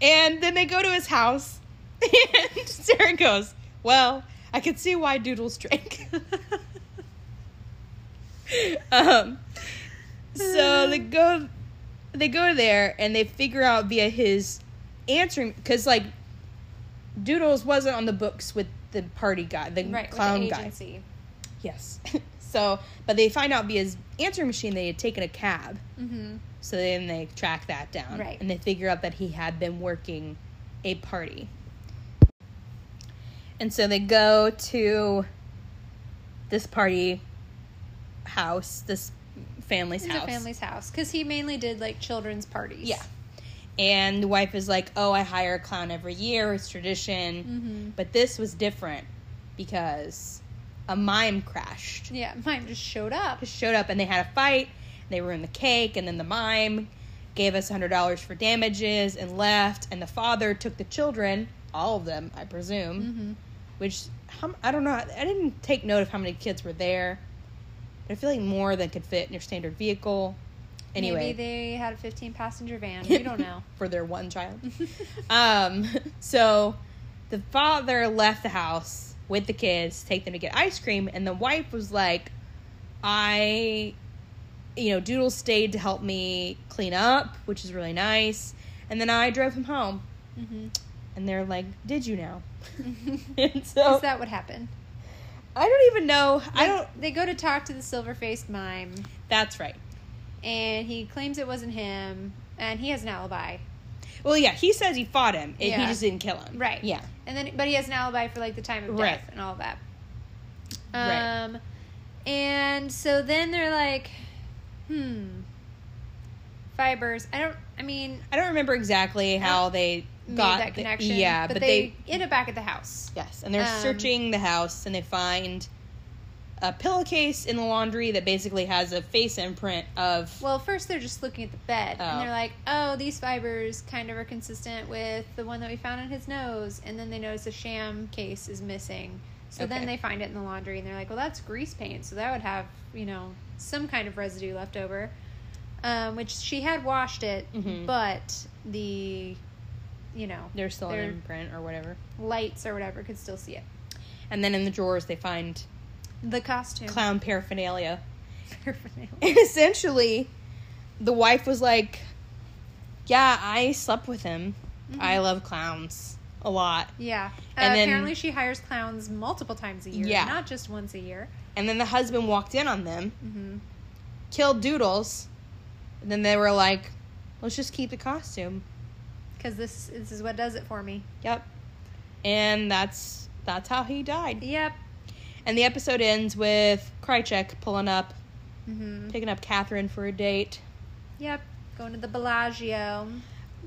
A: and then they go to his house and sarah goes well i could see why doodles drank um, so they go they go there and they figure out via his answering because like doodles wasn't on the books with the party guy the
B: Right,
A: Mm, clown
B: with the
A: guy
B: agency.
A: yes so but they find out via his answering machine they had taken a cab
B: Mm-hmm.
A: so then they track that down
B: Right.
A: and they figure out that he had been working a party and so they go to this party house this family's
B: It's a
A: house
B: family's house because he mainly did like children's parties.
A: Yeah. And the wife is like, "Oh, I hire a clown every year. It's tradition."
B: Mm-hmm.
A: But this was different because a mime crashed.
B: Yeah, mine just showed up.
A: Just showed up and they had a fight. They ruined the cake, and then the mime gave us hundred dollars for damages and left. And the father took the children, all of them, I presume.
B: Mm-hmm.
A: Which how, I don't know. I didn't take note of how many kids were there, but I feel like more than could fit in your standard vehicle. Anyway,
B: Maybe they had a 15 passenger van. We don't know.
A: for their one child. um, so the father left the house with the kids, to take them to get ice cream, and the wife was like, I, you know, Doodle stayed to help me clean up, which is really nice. And then I drove him home.
B: Mhm.
A: And they're like, Did you now?
B: Is
A: and so
B: that what happened?
A: I don't even know. I
B: They-
A: don't.
B: They go to talk to the silver faced mime,
A: That's right.
B: and he claims it wasn't him, and he has an alibi.
A: Well, yeah, he says he fought him. and He
B: Yeah.
A: just didn't kill him.
B: Right.
A: Yeah.
B: And then, but he has an alibi for like the time of
A: Right.
B: death and all that.
A: Right.
B: Um, and so then they're like, hmm, fibers. I don't. I mean,
A: I don't remember exactly how they got
B: made that
A: the-
B: connection.
A: yeah,
B: but, they, end up back at the house.
A: yes, and they're
B: um,
A: searching the house and they find a pillowcase in the laundry that basically has a face imprint of
B: Well, first they're just looking at the bed,
A: Oh.
B: and they're like, "Oh, these fibers kind of are consistent with the one that we found on his nose." And then they notice a sham case is missing. So
A: Okay.
B: then they find it in the laundry, and they're like, "Well, that's grease paint, so that would have you know some kind of residue left over." Um, which she had washed it,
A: Mhm.
B: but the you know
A: there's still
B: They're-
A: an imprint or whatever.
B: lights or whatever could still see it.
A: And then in the drawers they find
B: The costume.
A: clown paraphernalia.
B: Paraphernalia.
A: And essentially, the wife was like, "Yeah, I slept with him. I love clowns a lot."
B: yeah.
A: And
B: uh,
A: then-
B: apparently, she hires clowns multiple times a year,
A: Yeah.
B: not just once a year.
A: And then the husband walked in on them,
B: hmm
A: killed Doodles, and then they were like, "Let's just keep the costume."
B: because this this is what does it for me.
A: Yep. And that's that's how he died.
B: Yep.
A: And the episode ends with Krychek pulling up,
B: hmm
A: picking up Catherine for a date.
B: Yep. Going to the Bellagio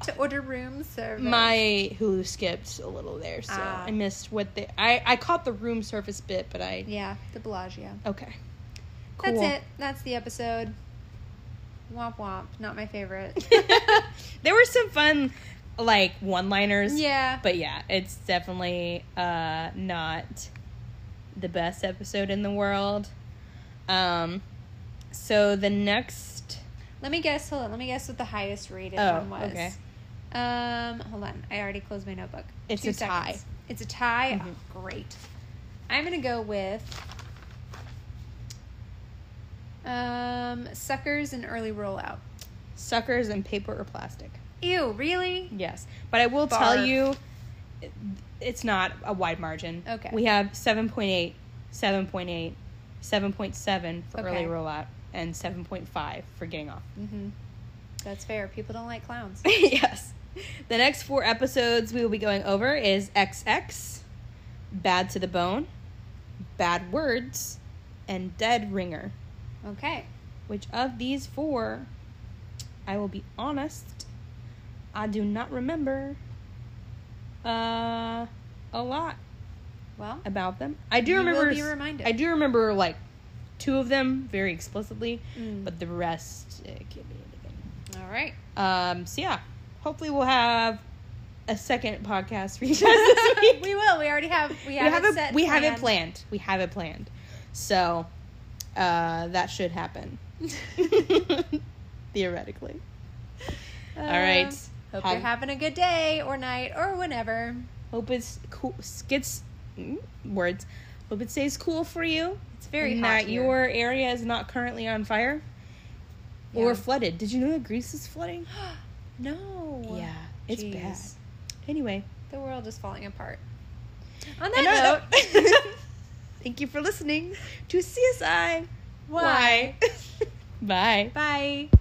B: to order room service.
A: My Hulu skipped a little there, so
B: Ah.
A: I missed what they. I I caught the room surface bit, but I
B: yeah, the Bellagio.
A: okay.
B: That's it. That's the episode. Womp womp. Not my favorite.
A: it. there were some fun like one-liners.
B: yeah.
A: But yeah, it's definitely uh, not the best episode in the world. Um, so the next,
B: Let me guess. Hold on. Let me guess what the highest rated
A: Oh,
B: one was.
A: okay.
B: Um. Hold on. I already closed my notebook.
A: It's a tie.
B: It's a tie. Oh, great. I'm gonna go with. Um, suckers and early rollout.
A: suckers and paper or plastic.
B: Ew, really?
A: Yes, but I will tell
B: Barf.
A: you, it- it's not a wide margin.
B: Okay.
A: We have 7.8, 7.8, 7.7 for early
B: Okay.
A: rollout, and 7.5 for getting off.
B: Mm-hmm. That's fair. People don't like clowns.
A: yes. The next four episodes we will be going over is XX, Bad to the Bone, Bad Words, and Dead Ringer.
B: Okay.
A: Which of these four, I will be honest, I do not remember uh, a lot
B: Well,
A: about them. I do
B: You will
A: remember.
B: be reminded.
A: I do remember like two of them very explicitly,
B: Mm.
A: but the rest it could be anything.
B: all right.
A: Um, so yeah, hopefully we'll have a second podcast for you guys this week.
B: we will. We already have. We, have, it
A: haven't
B: set.
A: we haven't planned. We have it planned. So uh, that should happen theoretically.
B: Uh,
A: All right.
B: Hope
A: Have-
B: you're having a good day or night or whenever.
A: Hope it's cool. Gets mm, words. Hope it stays cool for you.
B: It's very
A: and
B: hot
A: that
B: here.
A: your area is not currently on fire
B: Yeah.
A: or flooded. Did you know that Greece is flooding?
B: no.
A: yeah, it's bad.
B: Jeez.
A: Anyway,
B: The world is falling apart. On
A: And
B: that
A: on
B: note.
A: that- thank you for listening to CSI. Why? Bye.
B: Bye.